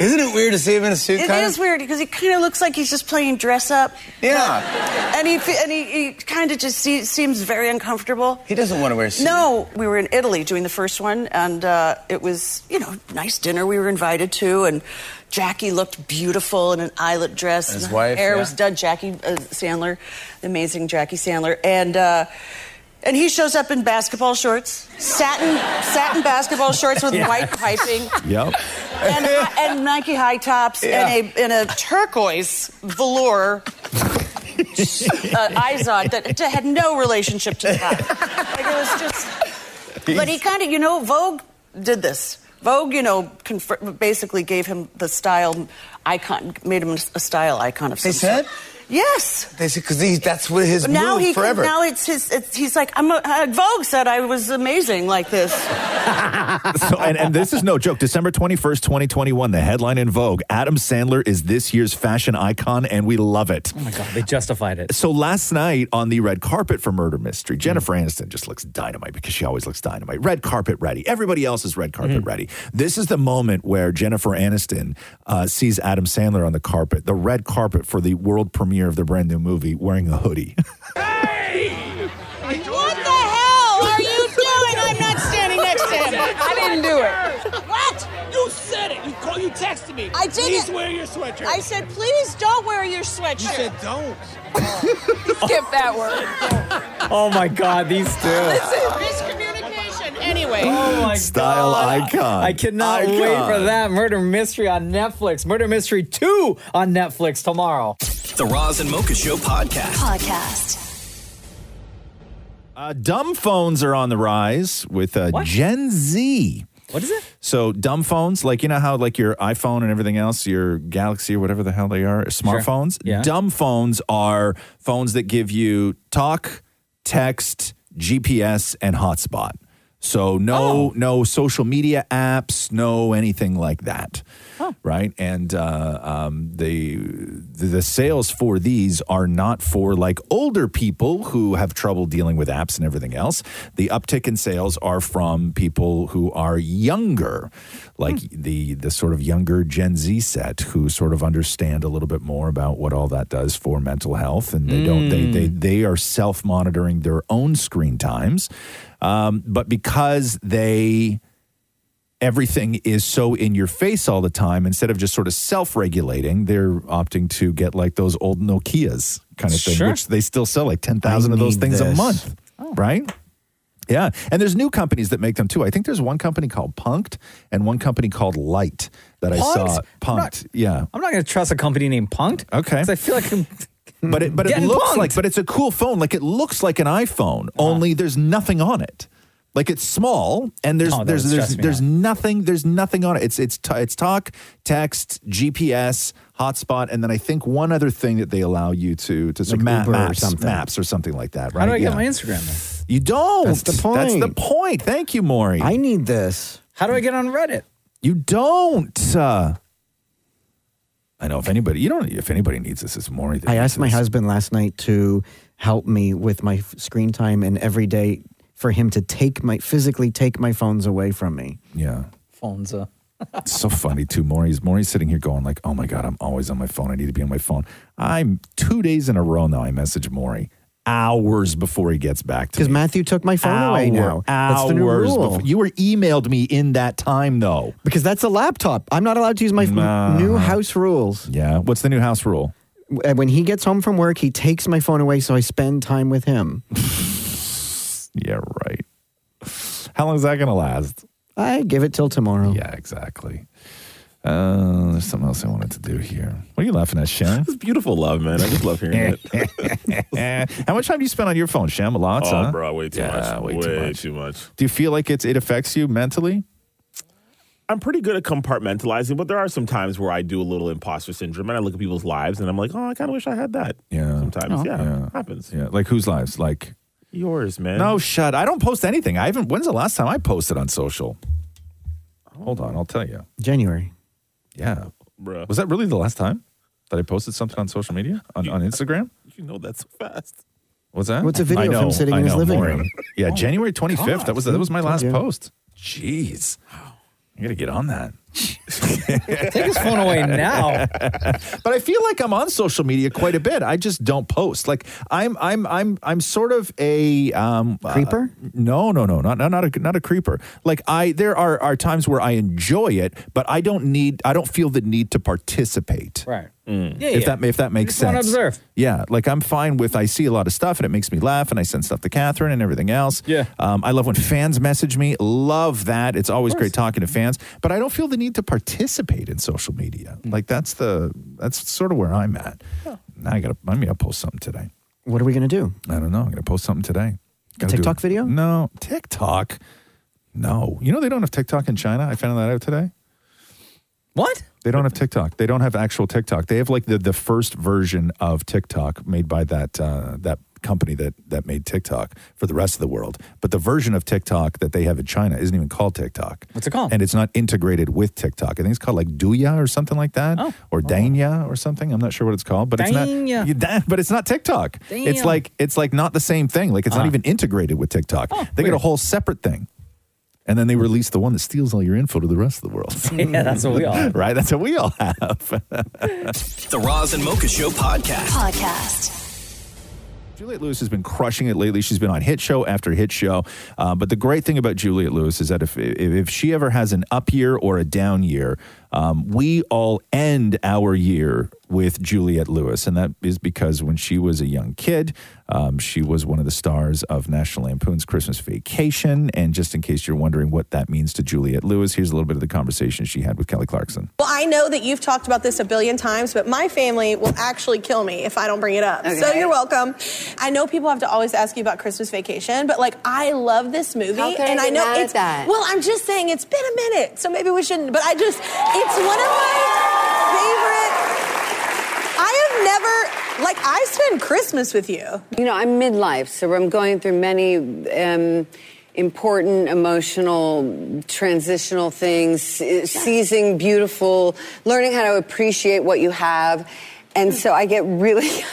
S6: Isn't it weird to see him in a suit?
S28: It
S6: kind
S28: is
S6: of?
S28: weird because he kind of looks like he's just playing dress up.
S6: Yeah.
S28: and he fe- and he, he kind of just se- seems very uncomfortable.
S6: He doesn't want to wear a suit.
S28: No, we were in Italy doing the first one, and uh, it was you know nice dinner we were invited to, and Jackie looked beautiful in an eyelet dress.
S6: His
S28: and
S6: wife,
S28: hair
S6: yeah.
S28: was done. Jackie uh, Sandler, the amazing Jackie Sandler, and. Uh, and he shows up in basketball shorts, satin satin basketball shorts with
S6: Yeah.
S28: white piping
S1: Yep.
S28: and, and Nike high tops
S6: Yeah.
S28: and a and a turquoise velour uh, eyesod that, that had no relationship to the top. Like it was just. But he kind of, you know, Vogue did this. Vogue, you know, confer- basically gave him the style icon, made him a style icon of.
S6: They
S28: some sort.
S6: said?
S28: Yes.
S6: They said because that's what his
S28: But now
S6: move
S28: he
S6: forever.
S28: now it's his. It's, he's like, I'm a, uh, Vogue said I was amazing like this.
S1: so, and, and this is no joke. December 21st, 2021, the headline in Vogue Adam Sandler is this year's fashion icon, and we love it. Oh my
S2: God, they justified it.
S1: So, last night on the red carpet for Murder Mystery, Jennifer Aniston just looks dynamite because she always looks dynamite. Red carpet ready. Everybody else is red carpet
S2: Mm-hmm.
S1: ready. This is the moment where Jennifer Aniston uh, sees Adam Sandler on the carpet, the red carpet for the world premiere of the brand new movie, wearing a hoodie.
S28: What the hell are you doing? I'm not standing next to him. I didn't do it. What?
S25: You said it. You called. You texted me.
S28: I did
S25: Please
S28: it.
S25: wear your sweatshirt.
S28: I said, please don't wear your sweatshirt.
S25: You said don't.
S28: Skip that word.
S2: Oh my God, these two.
S28: Miscommunication. Anyway.
S2: Oh my
S1: Style
S2: God.
S1: icon.
S2: I cannot wait for
S1: Icon.
S2: that murder mystery on Netflix. Murder Mystery 2 on Netflix tomorrow.
S5: The Roz and Mocha Show podcast.
S4: Podcast.
S1: Uh, dumb phones are on the rise with uh, Gen Z.
S2: What is it?
S1: So dumb phones, like you know how like your iPhone and everything else, your Galaxy or whatever the hell they are, are smartphones.
S2: Yeah.
S1: Dumb phones are phones that give you talk, text, GPS, and hotspot. So no
S2: Oh.
S1: no social media apps, no anything like that. Right, and uh, um, the the sales for these are not for like older people who have trouble dealing with apps and everything else. The uptick in sales are from people who are younger, like the the sort of younger Gen Z set who sort of understand a little bit more about what all that does for mental health, and they don't they they they are self monitoring their own screen times, um, but because they everything is so in your face all the time instead of just sort of self-regulating they're opting to get like those old nokias kind of thing
S2: Sure.
S1: which they still sell like 10,000 of those
S2: need
S1: things a
S2: this. Oh.
S1: month right yeah and there's new companies that make them too i think there's one company called punked and one company called light that i
S2: Punked?
S1: saw
S2: I'm not-
S1: punked yeah
S2: I'm not going to trust a company named Punked.
S1: Okay.
S2: Because I feel like I'm.
S1: But it but it
S2: Getting
S1: looks
S2: punked. Uh-huh.
S1: like but it's a cool phone. Like it looks like an iPhone, only there's nothing on it. Like it's small and there's
S2: Oh, that
S1: there's
S2: would
S1: there's
S2: stress me
S1: there's nothing there's nothing on it. It's it's t- it's talk, text, GPS, hotspot, and then I think one other thing that they allow you to to so
S2: Like
S1: ma-
S2: Uber or
S1: maps
S2: something.
S1: maps or something like that. Right?
S2: How do I get
S1: Yeah.
S2: my Instagram? Then?
S1: You don't.
S2: That's the
S1: That's the
S2: point.
S1: point. Thank you, Maury. I
S9: need this.
S2: How do I get on Reddit?
S1: You don't. Uh, I know if anybody you don't if anybody needs this, it's Maury. that
S9: I
S1: needs
S9: asked my
S1: this.
S9: husband last night to help me with my f- screen time and every day for him to take my physically take my phones away from me.
S1: Yeah.
S2: Phones. Uh,
S1: It's so funny too. Maury's Maury's sitting here going like, "Oh my god, I'm always on my phone. I need to be on my phone." I'm two days in a row now. I message Maury hours before he gets back to me.
S9: Because Matthew took my phone away now.
S1: Hour-
S9: That's the new
S1: hours
S9: rule.
S1: before- You were emailed me in that time though.
S9: Because that's a laptop. I'm not allowed to use my f- new house rules.
S1: Yeah. What's the new house rule?
S9: When he gets home from work, he takes my phone away, so I spend time with him.
S1: yeah, right. How long is that going to last?
S9: I give it till tomorrow.
S1: Yeah, exactly. Uh, there's something else I wanted to do here. What are you laughing at, Shem? It's
S10: beautiful love, man. I just love hearing
S1: it. How much time do you spend on your phone, Shem? A lot,
S10: oh,
S1: huh?
S10: bro, way too
S1: Yeah,
S10: much.
S1: way too much.
S10: too much.
S1: Do you feel like it's it affects you mentally?
S10: I'm pretty good at compartmentalizing, but there are some times where I do a little imposter syndrome and I look at people's lives and I'm like, oh, I kind of wish I had that.
S1: Yeah. Oh.
S10: Sometimes, yeah, it happens.
S1: Yeah. Like whose lives? Like
S10: Yours, man.
S1: No, shut. I don't post anything. I haven't when's the last time I posted on social? Hold on, I'll tell you.
S9: January.
S1: Yeah. Was that really the last time that I posted something on social media? On, on Instagram?
S10: You know that so fast.
S1: What's that?
S10: What's a video
S1: I
S10: of him
S1: know,
S10: sitting
S1: I
S10: in his
S1: know,
S10: living
S1: Maureen.
S10: room?
S1: Yeah,
S10: Oh,
S1: January 25th. that was that was my
S10: God.
S1: last
S10: Yeah.
S1: post. Jeez. I got to get on that.
S2: Take his phone away now.
S1: but I feel like I'm on social media quite a bit. I just don't post. Like I'm I'm I'm I'm sort of a um,
S9: creeper.
S1: no, no, no, not not not a not a creeper. Like I there are are times where I enjoy it, but I don't need I don't feel the need to participate.
S2: Right.
S1: Yeah, if that if that makes
S2: just wanna
S1: sense.
S2: observe.
S1: Yeah, like I'm fine with I see a lot of stuff and it makes me laugh and I send stuff to Catherine and everything else. Yeah, um, I love when fans message me. Love that. It's always great talking to fans, but I don't feel the need to participate in social media. Like that's the that's sort of where I'm at. Now I gotta I'm gonna post something today.
S9: What are we gonna do?
S1: I don't know. I'm gonna post something today.
S9: A
S1: Gotta do
S9: TikTok
S1: it.
S9: video?
S1: No TikTok. No, you know they don't have TikTok in China. I found that out today.
S2: What?
S1: They don't have TikTok. They don't have actual TikTok. They have like the, the first version of TikTok made by that uh, that company that that made TikTok for the rest of the world. But the version of TikTok that they have in China isn't even called TikTok.
S2: What's it called?
S1: And it's not integrated with TikTok. I think it's called like Duya or something like that, or Danya or something. I'm not sure what it's called, but
S2: Oh. Danya.
S1: it's not. You- da- But it's not TikTok. It's
S2: Damn.
S1: like it's like not the same thing. Like it's
S2: Ah. Oh,
S1: not even integrated with TikTok. they get a
S2: weird.
S1: whole separate thing. And then they release the one that steals all your info to the rest of the world.
S2: Yeah, that's what we all have.
S1: right? That's what we all have.
S5: The Roz and Mocha Show podcast.
S4: Podcast.
S1: Juliet Lewis has been crushing it lately. She's been on hit show after hit show. Uh, but the great thing about Juliet Lewis is that if, if, if she ever has an up year or a down year, um, we all end our year with Juliet Lewis. And that is because when she was a young kid, um, she was one of the stars of National Lampoon's Christmas Vacation. And just in case you're wondering what that means to Juliet Lewis, here's a little bit of the conversation she had with Kelly Clarkson.
S11: Well, I know that you've talked about this a billion times, but my family will actually kill me if I don't bring it up. So
S14: Okay.
S11: you're welcome. I know people have to always ask you about Christmas Vacation, but like I love this movie,
S14: How can I get
S11: and know
S14: mad at
S11: it's
S14: that?
S11: well. I'm just saying it's been a minute, so maybe we shouldn't. But I just, it's one of my favorite. I have never like I spend Christmas with you.
S14: You know, I'm midlife, so I'm going through many um, important emotional transitional things, se- seizing beautiful, learning how to appreciate what you have. And so I get really.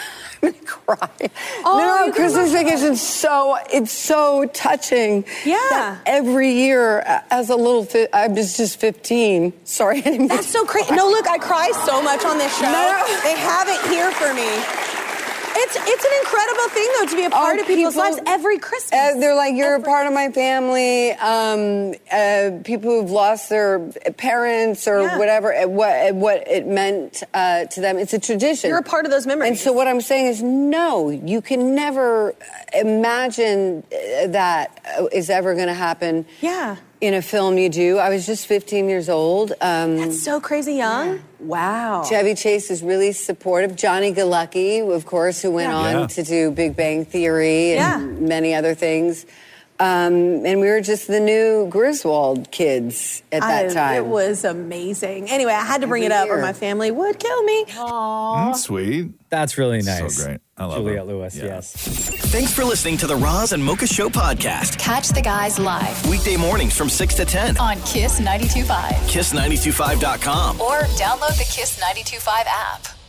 S14: I'm gonna cry. no,
S11: Oh, you can
S14: Christmas
S11: laugh.
S14: vacation so it's so touching.
S11: Yeah.
S14: that every year, a- as a little, fi- I was just 15. Sorry,
S11: That's so crazy. No, look, I cry so much on this show.
S14: No.
S11: They have it here for me. It's it's an incredible thing though to be a part
S14: Our
S11: of people's
S14: people-
S11: lives every Christmas.
S14: Uh, they're like, you're a part of my family. Um, uh, people who've lost their parents or
S11: Yeah.
S14: whatever, uh, what uh, what it meant uh, to them. It's a tradition. You're a part of those memories. And so what I'm saying is, no, you can never imagine uh, that uh, is ever going to happen.
S11: Yeah.
S14: in a film you do. I was just 15 years old. Um,
S4: That's so crazy young. Wow.
S14: Chevy Chase is really supportive. Johnny Galecki, of course, who went
S4: Yeah.
S14: on
S4: Yeah.
S14: to do Big Bang Theory and many other things. Um, and we were just the new Griswold kids at that
S4: I-
S14: time.
S4: It was amazing. Anyway, I had to bring it
S14: Every
S4: up or
S14: year.
S4: my family would kill me.
S1: Mm,
S2: sweet.
S29: That's really nice.
S2: So great. I love
S29: Juliette
S2: her.
S29: Lewis, yes.
S5: Thanks for listening to the Roz and Mocha Show podcast.
S7: Catch the guys live
S5: Weekday mornings from 6 to 10.
S7: on Kiss 92.5
S5: Kiss925.com.
S7: or download the Kiss 92.5 app.